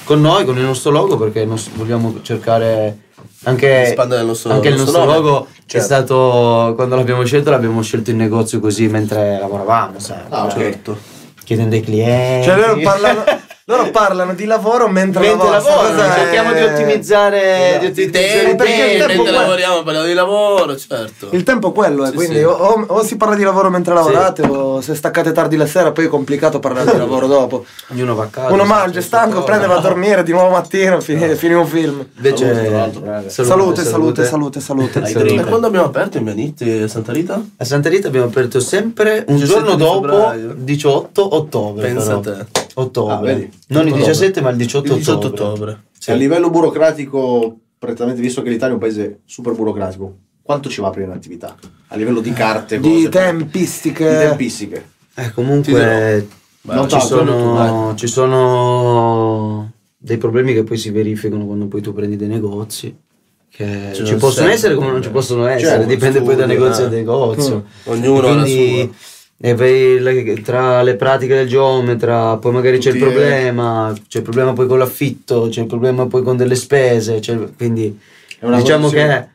Con noi, con il nostro logo, perché nos- vogliamo cercare anche,
Di espandere il nostro-
anche il
il
nostro,
nostro nome.
logo. È
Certo.
stato quando l'abbiamo scelto, l'abbiamo scelto in negozio così mentre lavoravamo, sai,
Ah, ok.
certo. chiedendo ai clienti.
Cioè
[laughs]
loro parlano, loro parlano di lavoro mentre,
Mentre lavorano,
cosa è-
cerchiamo di ottimizzare,
Eh,
di
Di
ottimizzare
tempi,
i
perché il
tempi.
tempo
mentre
qua-
lavoriamo, parliamo di lavoro, certo.
Il tempo è quello, eh,
Sì,
quindi
sì.
O, o- o si parla di lavoro mentre lavorate o se staccate tardi la sera poi è complicato parlare di lavoro dopo.
Ognuno va a casa. certo,
Uno
si fa
mangia, è
il suo
stanco,
corpo.
prende, va a dormire, di nuovo mattino, fini, fini un film.
Invece,
Salute, tra l'altro, bravo.
Salute, salute, salute, salute.
Ai
E
drink.
quando abbiamo aperto in Bianitti e Santa Rita?
A Santa Rita abbiamo aperto sempre un
17
giorno
di
dopo
febbraio.
18 ottobre.
Pensa
però.
a te.
Ah,
Ottobre.
vedi?
non il
Ottobre.
17 ma il 18,
Il 18
ottobre.
ottobre.
Se a livello burocratico, prettamente visto che l'Italia è un paese super burocratico, quanto ci va a aprire un'attività? A livello di carte,
Di
cose,
tempistiche.
di tempistiche.
Eh,
Ti dirò.
comunque
Beh,
non
non
ci,
tanto,
sono, ci sono dei problemi che poi si verificano quando poi tu prendi dei negozi. Che
Cioè,
ci
non
possono
sempre,
essere come non
eh.
ci possono
Cioè,
essere, dipende poi da
studio,
negozio a
eh.
negozio.
Mm. Ognuno ha la
Quindi, e poi le- tra le pratiche del geometra, poi magari c'è il
Tutti, eh.
problema, c'è il problema poi con l'affitto, c'è il problema poi con delle spese, c'è il- quindi
È una
diciamo
condizione.
che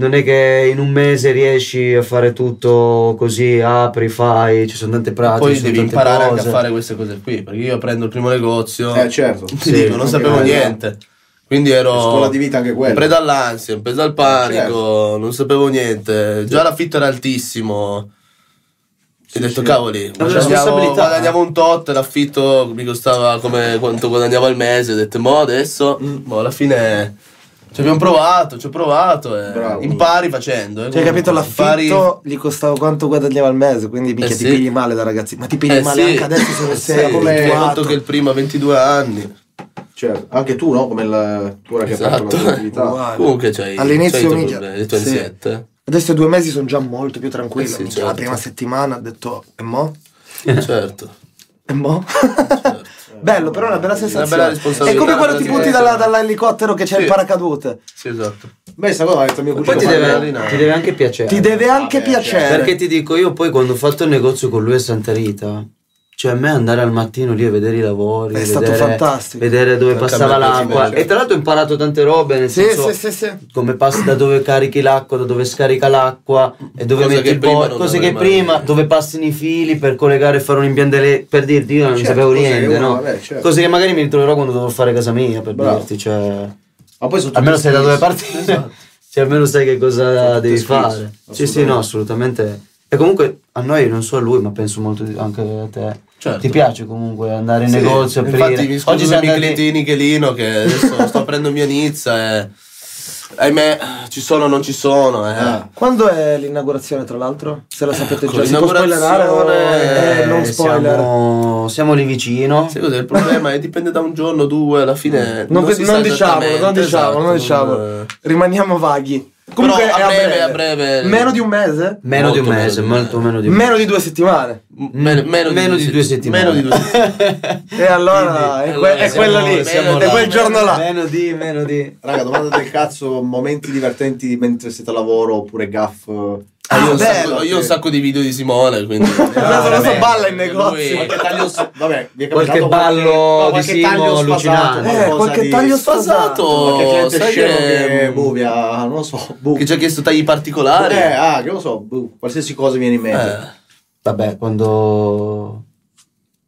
non è che in un mese riesci a fare tutto così, apri, fai, ci sono tante pratiche,
Poi
ci sono
devi
tante
imparare anche
cose.
a fare queste cose qui, perché io prendo il primo negozio,
Eh,
[laughs]
certo.
ti
Sì,
dico, non
anche
sapevo
quello.
niente. Quindi ero
Scuola di vita anche quella.
in preda all'ansia, in preda al panico,
Certo.
non sapevo niente. Già l'affitto era altissimo. E ho detto, cavoli, guadagnavo,
responsabilità.
guadagnavo un tot, l'affitto mi costava come quanto guadagnavo al mese. Ho detto, mo adesso,
Mm.
mo alla fine ci abbiamo provato, ci ho provato. e
Bravo.
impari facendo. eh,
Cioè, hai capito?
comunque,
L'affitto gli costava quanto guadagnava al mese, quindi minchia,
sì.
ti pigli male da ragazzi. Ma ti pigli
Eh,
male
sì.
anche adesso [laughs] se non
Sì,
sei
come
abituato.
fatto che il primo ha 22 anni.
Certo. Anche tu, no? Come la tua che hai
Esatto.
aperto l'attività.
Uguale.
Comunque c'hai,
All'inizio
c'hai i tuoi
minchia,
problemi, i tuoi
sì.
ansiette.
Adesso due mesi sono già molto più tranquillo.
Eh sì,
minchia, La
certo.
prima settimana ho detto, e mo?
Certo.
E mo? [laughs] Bello, però è una bella sensazione.
bella responsabilità,
È come quando
una
ti
bella
butti
diversa.
dalla- dall'elicottero che c'è
Sì.
il paracadute.
Sì, esatto.
Beh, sta cosa l'ha detto mio
Poi
cugino.
ti
Lo fai
deve,
allenare.
ti deve anche piacere.
Ti deve anche
Vabbè,
certo.
piacere.
Perché ti dico, io poi quando ho fatto il negozio con lui a Santa Rita, cioè a me andare al mattino lì a vedere i lavori,
È stato
vedere,
fantastico.
vedere dove
Ha
passava
cambiato
l'acqua.
idea, cioè.
E tra l'altro ho imparato tante robe, nel
Sì,
senso
sì, sì, sì.
come passa da dove carichi l'acqua, da dove scarica l'acqua e dove
Cosa
metti
che
il
prima
po-
non
cose
avrei
che
mai
prima,
visto.
dove passano i fili per collegare e fare un impianto ele- per dirti io non
Certo,
sapevo
cose che
niente,
uno,
no?
vabbè, certo.
Cose che magari mi ritroverò quando dovrò fare casa mia per
Bravo.
dirti, cioè
Ma poi sono tutti
almeno sai da dove
schizzi.
partire
Esatto.
[laughs] cioè almeno sai che cosa
Tutte
devi
schizzi,
fare sì sì no assolutamente e comunque a noi non so a lui ma penso molto di- anche a te
Certo.
ti piace comunque andare in
Sì,
negozio aprire
Infatti mi scuso
siamo
per
andati-
Michelitini Chelino che adesso sto aprendo mia Nizza e... Ahimè, ci sono o non ci sono, eh.
Ah.
Quando è l'inaugurazione, tra l'altro? Se la sapete
Ecco,
già, si può spoilerare o
l'inaugurazione-
eh, non
Eh,
spoiler?
siamo, siamo lì vicino
Sai cos'è il problema? È dipende da un giorno, due, alla fine...
Non,
si sa
non diciamo, non
esattamente,
diciamo, non
esatto,
diciamo.
non-
Rimaniamo vaghi. Comunque
Però a
è
breve,
breve,
a breve.
Meno di un mese?
meno di
Molto
un
meno
mese
di un
molto
mese.
meno di un
Meno di due settimane.
meno, meno
meno di due
sett-
settimane.
Meno di
[laughs]
due settimane.
E allora è, que-
allora
è
siamo-
quella lì,
siamo
è
là.
quel giorno là.
meno di meno di
Raga, domanda del cazzo, momenti divertenti mentre siete a lavoro oppure gaff.
Ah, io, ho un
bello.
sacco, io ho un sacco di video di Simone, quindi...
Adesso lo so, balla in
Lui-
negozio.
Ah, Qualche taglio, s- vabbè, vi è
Qualche
capitato
ballo
no,
di
qualche
Simo
taglio spasato,
allucinante.
Eh,
qualcosa
qualche
di-
taglio
Spasato,
Qualche gente
sai
scemo
che-
che boh, via, non lo so, boh.
Che ci ha chiesto tagli particolari.
Eh, ah, che lo so, boh, qualsiasi cosa viene in mente.
Eh.
vabbè eh, quando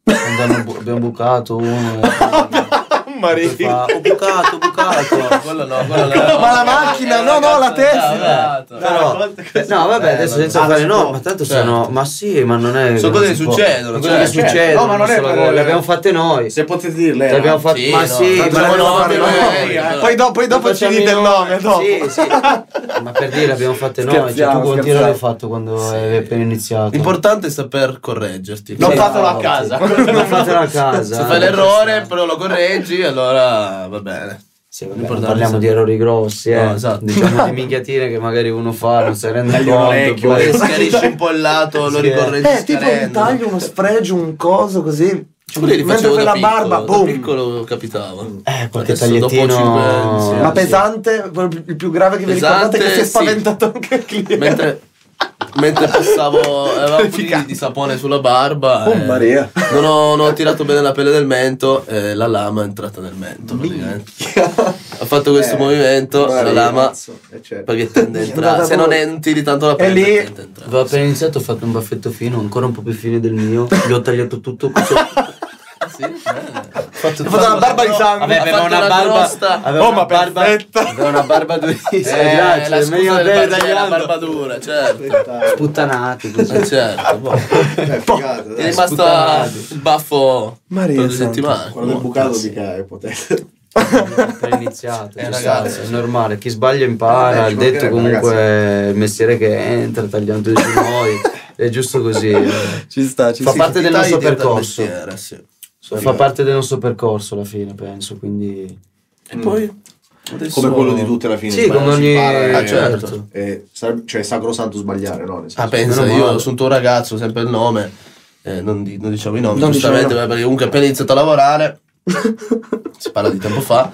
quando hanno bu- abbiamo bucato uno
Mari.
Poi fa, ho bucato, ho bucato.
Ah, [laughs]
Eh,
quello no, quello no.
[laughs] Ma la macchina, no, no, la testa.
Però, eh, no, vabbè, adesso senza
Ah,
fare
si
no,
può.
ma tanto
Certo.
sono, ma sì, ma non è.
Sono
non
cose
si
che
può.
succedono,
Sono cose che
certo.
succedono.
No, ma non è
sono
per-
cose- le abbiamo fatte noi.
Se potete dirle,
Cioè,
Le abbiamo
eh.
fatte,
Sì,
ma
no,
sì,
tanto
ma
non
l'abbiamo
lo
fatte
fanno
noi.
noi, eh.
Poi, do- poi dopo ci
Facciamo
dite il
noi.
nome, dopo.
Sì, sì. [laughs] Ma per dire l'abbiamo fatte noi, cioè, tu
Scherziamo,
con tiro
scherziamo.
l'hai fatto quando hai appena iniziato.
L'importante è saper correggerti. esatto.
Non
Sì,
fatelo
no,
a casa.
[laughs] Non fatelo a casa.
Se fai l'errore, però lo correggi, allora va bene.
Sì, vabbè, non
L'importante
parliamo
è-
di errori grossi, eh.
No, esatto.
diciamo di minchiatine che magari uno fa, non si rende
Tagli un
conto.
orecchio,
poi-
[laughs] Poi schiarisci un po' il lato, lo
Sì,
ricorreggi
Eh, tipo un
schiarendo.
taglio, uno sfregio, un coso così.
Quelli li
Mentre
facevo
fai
da
la
piccolo,
barba,
da
boom.
piccolo capitava.
Eh, qualche
Adesso
tagliettino-
dopo cinque anni, Eh, sì.
Ma
sì.
pesante, quello pi- il più grave che vi ricordate è che si è
Pesante, sì.
spaventato anche il cliente.
mentre, mentre passavo avevo un po' di, di sapone sulla barba
Oh,
eh,
Maria.
non ho, non ho tirato bene la pelle del mento e la lama è entrata nel mento praticamente. ha fatto questo
Eh,
movimento la lama
Eh,
cioè,
certo.
perché tende a entrare se non entri tanto la
E
pelle
lì-
tende a entrare.
Avevo appena iniziato, ho fatto un baffetto fino, ancora un po' più fine del mio. Gli ho tagliato tutto. così.
Sì, eh. ha fatto,
Ho fatto la barba di sangue.
Vabbè,
Ha
aveva
fatto
una
una
barba.
crosta.
Aveva
Oh,
una
ma
barba,
perfetta.
Aveva una barba durissima.
Eh,
grazie.
la
me io te
scusa del barbiere, la
tagliando.
barba dura certo
Sputtanati così.
Eh, certo boh.
Eh, figata,
è
dai.
rimasto il baffo
Maria
per due
santa.
settimane
Quando è bucato mica è potente.
appena iniziato.
Eh,
ci
ragazzi.
sta, è normale. Chi sbaglia impara.
Eh,
il
ci
detto
mancherebbe,
comunque è il mestiere che entra tagliando di noi. È giusto così. eh.
Ci sta, ci
Fa
sta.
parte del
Tagli
nostro
diventa un
percorso.
mestiere, sì.
Fa parte del nostro percorso alla fine, penso. Quindi.
E poi adesso-
Come quello di tutti alla fine.
Sì,
sbaglio,
come
si
ogni.
impara, eh,
Ah, certo.
eh, sarebbe- cioè, è sacrosanto sbagliare, no? Nel senso-
Ah, pensa,
Meno male.
io sono un tuo ragazzo, sempre il nome. eh, non, di- non diciamo i nomi,
Non
giustamente,
diciamo i nomi.
perché comunque appena iniziato a lavorare, si parla di tempo fa.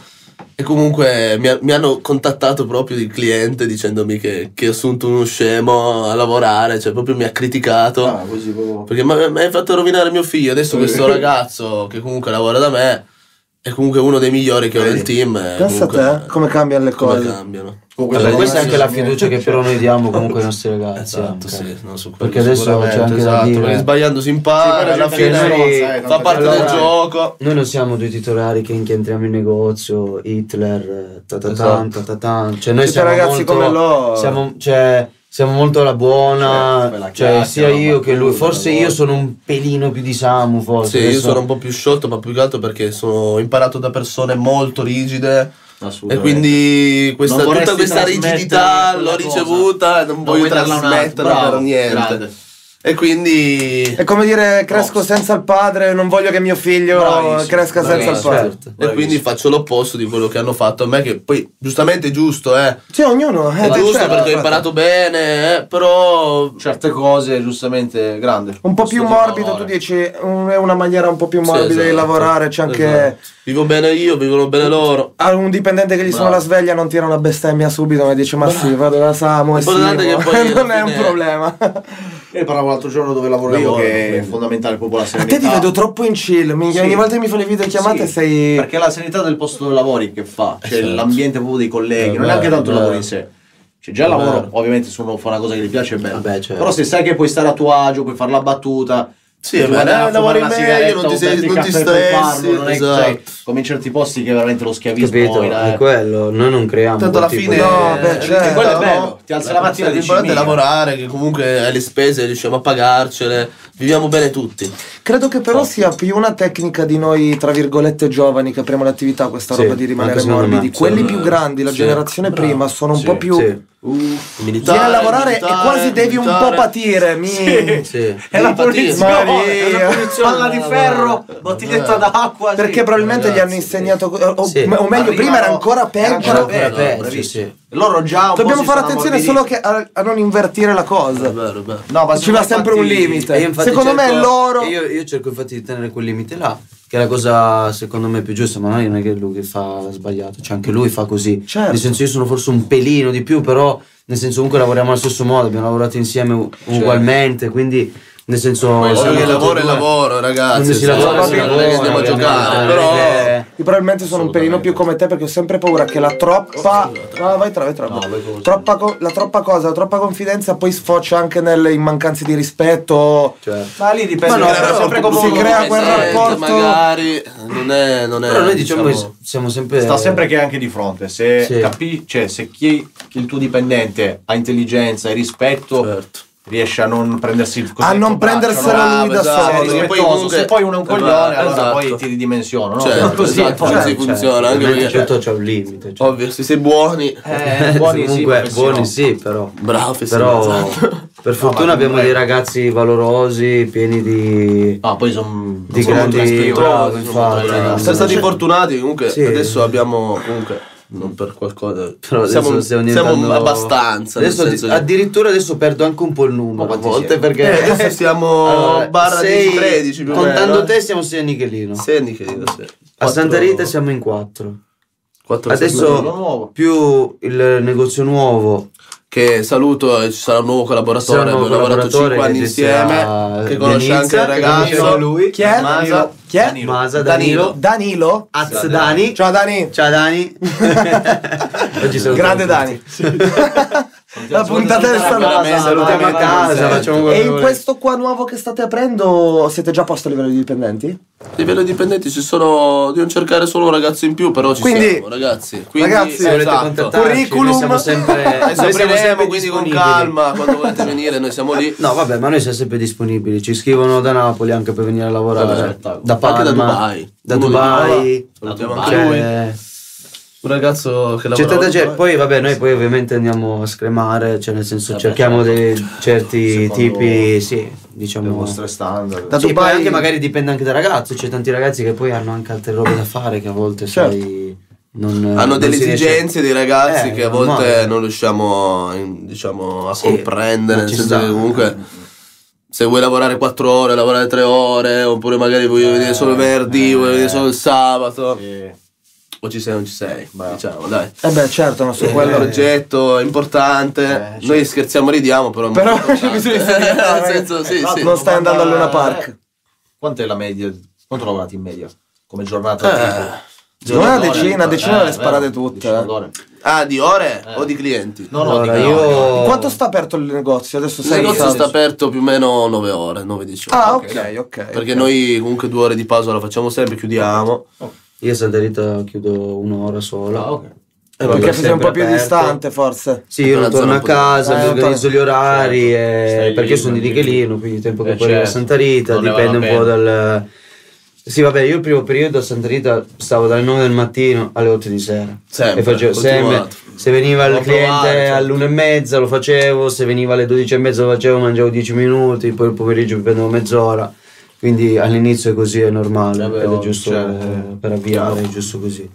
E comunque mi, ha- mi hanno contattato proprio il cliente dicendomi che, che ho assunto uno scemo a lavorare, cioè proprio mi ha criticato.
Ah, così proprio.
Perché mi mi hai fatto rovinare mio figlio. Adesso questo ragazzo che comunque lavora da me è comunque uno dei migliori che ho nel team. e
Pensa a
comunque-
te, come cambiano le
come
cose.
cambiano.
Comunque,
Vabbè,
sono-
questa è anche la
sì,
fiducia che però noi diamo comunque ai nostri ragazzi.
Esatto,
Eh, anche.
sì, no, su quello
Perché adesso
sicuramente,
c'è anche da
esatto,
dire. eh.
perché sbagliando si impara,
Sì,
Ah, alla
perché
fine
noi-
eh, tanta
fa parte
gente-
del gioco.
Noi non siamo due titolari che che entriamo in negozio, Hitler, eh, tatatan,
Esatto.
tatatan. Cioè noi
Siete
siamo
ragazzi
molto,
come loro.
Siamo, cioè, siamo molto alla
Certo,
buona,
bella
cioè,
chiacchiera,
sia io
ma
che lui.
tutto,
Forse
bella
io
volta.
sono un pelino più di Samu, forse.
Sì, io
Adesso-
sono un po' più sciolto, ma più che altro perché sono ho imparato da persone molto rigide. E
Assolutamente.
quindi questa-
Non vorresti
tutta questa
trasmettere
rigidità
quella
l'ho
cosa.
ricevuta e non,
Non
voglio
vuoi darla a un altro,
trasmetterla per
bravo,
niente.
grande.
E quindi.
È come dire cresco senza il padre, non voglio che mio figlio
Bravissimo,
cresca senza il
bravissimo.
padre.
Certo.
E quindi faccio l'opposto di quello che hanno fatto a me, che poi giustamente è giusto, eh.
Sì, ognuno. eh,
È giusto
certo,
perché ho
certo.
imparato bene, eh, però
certe cose, giustamente, grande.
Un po' più
questo
morbido, tu
valore.
dici, un- è una maniera un po' più
Sì,
morbida di
esatto,
lavorare, c'è anche...
esatto. Vivo bene io, vivono bene loro.
a un dipendente che gli suona la sveglia non tira una bestemmia subito ma dice ma sì vado da Samo e
L'importante
[laughs] Simo.
è che poi
non
alla
è un
fine-
problema a
E parlavo Eh, l'altro giorno dove lavoro io,
Lavoro,
che è
quindi.
fondamentale proprio la serietà.
te ti vedo troppo in chill minchia,
Sì.
ogni volta che mi fai le videochiamate
Sì,
sei
Perché è la sanità del posto dove lavori che fa, cioè
Esatto.
l'ambiente proprio dei colleghi, non
Eh,
è
beh,
neanche tanto il
beh.
lavoro in sé. Cioè, già il
È
lavoro,
vero.
ovviamente, se uno fa una cosa che gli piace è bello.
Eh,
Vabbè, certo.
Però se sai che puoi stare a tuo agio, puoi fare la battuta.
Sì, è
puoi
vero,
andare a
eh, lavori
fumare una
meglio,
sigaretta
non ti
o
sei-
berti il
non ti
caffè per farlo,
stressi,
non è-
esatto.
cioè, come in certi posti che eh. è veramente lo schiavismo
Capito?
in-
È quello, noi non creiamo.
Tanto alla
quel tipo
fine
di-
No, beh,
eh,
certo.
Quello è
no?
bello, ti alzi la mattina e dici,
l'importante
"Mica".
è lavorare, che comunque hai le spese, riusciamo a pagarcele, viviamo bene tutti.
credo che però sia più una tecnica di noi tra virgolette giovani che apriamo l'attività questa
Sì,
roba di rimanere
anche secondo
morbidi
me.
quelli
Secondo
più
me,
grandi la
sì.
generazione
Bravo.
prima sono un
Sì,
po' più
Sì,
Militare,
vieni a lavorare
militare,
e quasi devi un
militare.
po' patire mi...
sì.
È la
eh,
punizione,
Maria.
Palla di ferro, bottiglietta d'acqua. sì.
perché probabilmente gli hanno
Ragazzi,
insegnato co- o,
Sì.
o meglio
Arrivano-
prima era ancora peggio
Era
Era
ancora
ancora
peggio,
peggio,
bravissimo.
sì.
Loro già un po'
dobbiamo
si
fare
stanno
attenzione solo
ammorbidendo.
che a, a non invertire la cosa
È vero, è vero.
No, ma
ci va sempre un limite.
E io infatti
Cioè, Secondo me
cerco-
loro-
Io, io cerco infatti di tenere quel limite là, che è la cosa secondo me più giusta, ma non è che lui che fa l'ha sbagliato, cioè anche lui fa così.
Certo.
Nel senso io sono forse un pelino di più, però nel senso comunque lavoriamo allo stesso modo, abbiamo lavorato insieme u- ugualmente, quindi nel senso...
Ovvio
siamo
che Certo.
tutti
il lavoro è
e due-
lavoro, ragazzi.
Quando si
Sì,
lavora
sì,
si
non è che
lavora,
andiamo a
ovviamente, eh. Cioè,
giocare,
non è
però
che-
Io probabilmente sono un pelino
Assolutamente.
più come te perché ho sempre paura che la
Oh,
troppa. Ah, vai tra, vai tra.
No, vai con-
Troppa co- la troppa cosa, la troppa confidenza poi sfocia anche nelle in mancanze di rispetto.
Cioè.
Ma lì dipende,
Ma no,
perché era
però
sempre
si
come
crea
uno che
quel
sente,
rapporto-
Magari non è. Non è
Però noi diciamo,
diciamo-
che siamo sempre...
Sta sempre che è anche di fronte, se
Sì.
capi- cioè, se chi chi il tuo dipendente ha intelligenza e rispetto,
Certo.
riesce a non prendersi il
A non prendersela
prendersela
lui da
esatto,
solo.
sì,
Se
perché
poi,
poi comunque-
se poi uno è un coglione,
Esatto.
allora poi ti ridimensiono, no?
Certo,
Così,
esatto,
poi-
così funziona, anche
Ovviamente
perché-
Cioè, tutto c'è un limite. cioè.
Ovvio, se sei buoni.
[laughs]
Eh,
buoni comunque
sì,
buoni
no.
sì però
Bravo, sì,
però
esatto.
per fortuna
ma
abbiamo
comunque-
dei ragazzi valorosi pieni di
Ah, poi sono
Di grandi- bravo, infatti,
Siamo
no.
stati fortunati comunque.
Sì.
Adesso abbiamo comunque. Non per qualcosa.
però adesso
siamo,
stiamo
siamo
diventando-
abbastanza. nel
adesso di-
senso che-
addirittura adesso perdo anche un po' il
Ma
numero a
quanti
volte
siete?
perché [laughs]
Eh, adesso siamo barra 10, 13 più o
contando
meno, eh.
te siamo sei a Nichelino
Senti che io sì.
a Santa Rita
Quattro-
siamo in quattro
quattro settimane.
adesso
nuovo.
più il negozio nuovo
che saluto e ci sarà un nuovo collaboratore
Sarà un
abbiamo
nuovo
lavorato
collaboratore
5 anni
che gestirà
insieme che conosce anche
Denizia,
il
che
ragazzo
conosce lui.
Chi è?
Masa
Chi è?
Danilo. Masa
Cioè, Danilo.
Danilo
Danilo?
Az Dani
Ciao Dani.
Ciao
[laughs]
Dani. Oggi salutiamo
Grande
tutti.
Dani. [laughs] La puntata del
Veramente,
salvato.
salutiamo a casa, facciamo quello
E
che
in
volete.
questo qua nuovo che state aprendo siete già a posto a livello di dipendenti? Eh
a livello dipendenti ci sono devono cercare solo un ragazzo in più però ci
Quindi-
siamo ragazzi quindi
ragazzi,
se volete
esatto.
contattarci,
Curriculum.
noi siamo sempre, noi
Adesso
siamo sempre
apriremo quindi con
disponibili.
calma quando volete venire noi siamo lì
No, vabbè, ma noi siamo sempre disponibili. Ci scrivono da Napoli anche per venire a
Vabbè,
lavorare.
spettacolo.
da Palma,
Anche
Da
da Dubai. Uno di
Dubai.
Dubai. Salutiamo
Cioè,
anche lui. un ragazzo che
C'è
lavora
tanta gente, poi vabbè, noi poi ovviamente andiamo a scremare, cioè nel senso
Vabbè,
cerchiamo dei certi
Secondo
tipi, sì, diciamo.
le vostre standard.
Da
Sì, poi
Dubai-
anche magari dipende anche dai ragazzi, c'è tanti ragazzi che poi hanno anche altre robe da fare che a volte
Certo.
sai, non
hanno
Eh, non
delle
si riesce-
esigenze dei ragazzi
Eh,
che a
normale.
volte non riusciamo in- diciamo, a
Sì,
comprendere
ma
nel
ci
senso
sta.
che comunque se vuoi lavorare 4 ore, lavorare 3 ore, oppure magari vuoi
Eh,
venire solo venerdì, vuoi
eh.
venire solo il sabato,
Sì.
o ci sei o non ci sei,
Bravo.
diciamo, dai.
Eh beh, certo, non so
Su quel
quello.
progetto è importante,
Eh,
noi
certo.
scherziamo, ridiamo, però... è molto [laughs]
Però- [laughs]
importante.
bisogna
nel
studiare,
senso, sì,
Esatto,
sì.
Non stai andando al Luna Park.
eh, Quanto è la media? Quanto lavorate in media? Come giornata?
Eh,
tipo?
secondo me una
Giornata,
decina,
giornata.
decina le
vero,
sparate tutte,
decina
eh.
d'ore.
Ah, di ore
Eh.
o di clienti?
No, no,
Allora,
dico, no,
io
no.
Quanto sta aperto il negozio? Adesso
Il
sei
negozio
sai-
sta aperto più o meno 9 ore, 9-10 ore.
Ah, ok, ok.
Eh,
Perché noi comunque due ore di pausa la facciamo sempre, chiudiamo.
Io a Santa Rita chiudo un'ora sola.
Ah, ok.
Eh, vabbè,
Perché sei un
sempre
po' più
aperto.
distante, forse.
Sì, io non
Però
torno
zona
a
un po' di-
casa,
Eh,
mi organizzo
torno-
gli orari, eh,
Certo. Stai lì,
perché io sono di
quindi-
Nichelino, quindi il tempo che
Eh,
puoi arrivare a
certo.
Santa Rita
Non ne vale
dipende un
la
po'
pena.
dal... Sì, vabbè, io il primo periodo a Santa Rita stavo dalle 9 del mattino alle 8 di sera.
Sempre,
E facevo- sempre-
continuato.
se veniva il
Lo provare,
cliente
certo.
alle 1 e mezza lo facevo, se veniva alle 12 e mezza lo facevo, mangiavo 10 minuti, poi il pomeriggio mi prendevo mezz'ora. Quindi all'inizio è così, è normale,
Vabbè,
ed è
oh,
giusto
cioè,
eh, per avviare, è giusto così.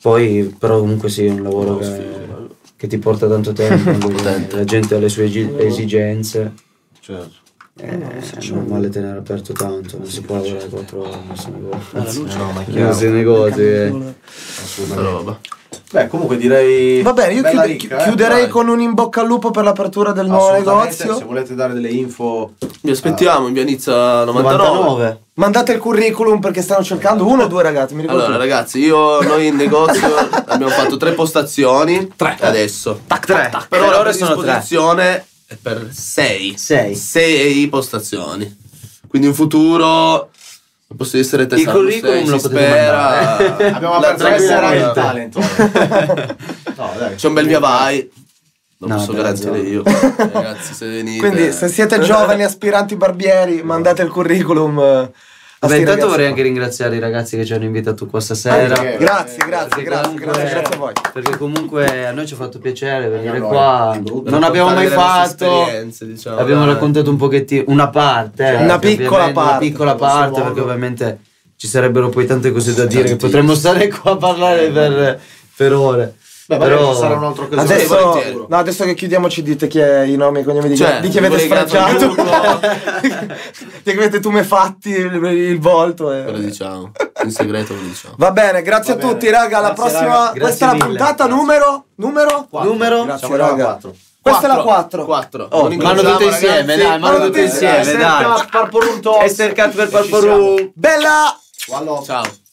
Poi, però comunque sì, è un lavoro
No,
che,
sfigo.
che ti porta tanto tempo, quindi
Potente.
la gente ha le sue esi- esigenze,
Certo.
eh, è normale tenere aperto tanto, non si può lavorare quattro ore, non si negozio.
Eh, no, ma è
Non si
chiaro.
negozi, eh.
Tutta roba.
Beh, comunque direi.
Va bene, io
bella
chiud-
ricca,
chi-
eh.
chiuderei
dai.
con un in bocca al lupo per l'apertura del nuovo
Assolutamente, Se
negozio.
volete dare delle info,
Vi aspettiamo in via Nizza 99.
Mandate il curriculum perché stanno cercando uno o due ragazzi, mi ricordo.
Allora
più.
ragazzi, io noi
[laughs]
in negozio abbiamo fatto tre postazioni. Tre. Adesso.
Tac, tre.
Per ora la
sono tre.
disposizione è per sei.
Sei.
Sei postazioni. Quindi in futuro posso essere testato.
curriculum
sei,
lo
si
potete
spera.
mandare.
[laughs]
abbiamo
La
aperto anche
tranquilla-
Rai
tranquillamente.
Talent. [laughs] no, dai.
C'è un bel via vai. Non
No,
posso
per
garantire
ragione. [laughs]
io. Ragazzi, eh. se venite.
Quindi, se
[laughs]
siete giovani aspiranti barbieri, mandate il curriculum. eh, a
Vabbè,
sti
intanto
ragazzi
vorrei
qua.
anche ringraziare i ragazzi che ci hanno invitato qua
Ah,
stasera.
Eh,
Grazie,
eh,
Perché
grazie, grazie, grazie,
comunque-
grazie, a voi.
Perché comunque a noi ci ha fatto piacere venire
Anche a noi.
qua.
Brutto.
Non abbiamo mai
Raccontare le nostre
fatto.
esperienze, diciamo,
abbiamo
dai.
raccontato un pochettino, una parte. eh,
Una
perché
piccola
ovviamente-
parte,
Una piccola
per il nostro
parte, perché
modo.
ovviamente ci sarebbero poi tante cose da dire. Che
Tantissime.
potremmo stare qua a parlare per, per ore.
Beh, magari
Però
ci sarà un'altra occasione.
volentieri.
Adesso, no, adesso che chiudiamo, ci dite chi è i nomi e i cognomi di,
Cioè,
chi- di chi
vi
avete
volete
sfracciato,
grazie
[laughs] di chi avete tumefatti il, il volto. e-
Ve lo diciamo. In segreto ve lo diciamo.
Va bene, grazie
Va
a
bene.
tutti, raga. Alla
Grazie,
prossima.
raga.
Grazie
Questa è la
mille.
puntata
Grazie.
numero. Numero.
Quattro.
Numero?
Grazie,
Siamo
raga.
alla
quattro.
Questa è la 4.
Quattro.
Oh,
Non
vanno
incrociamo,
tutte
ragazzi.
insieme, dai, vanno
vanno
tutte
tutte
insieme,
insieme.
dai.
Parporun
E cercato per
E ci
Parporum.
Bella!
Ciao.
Ciao.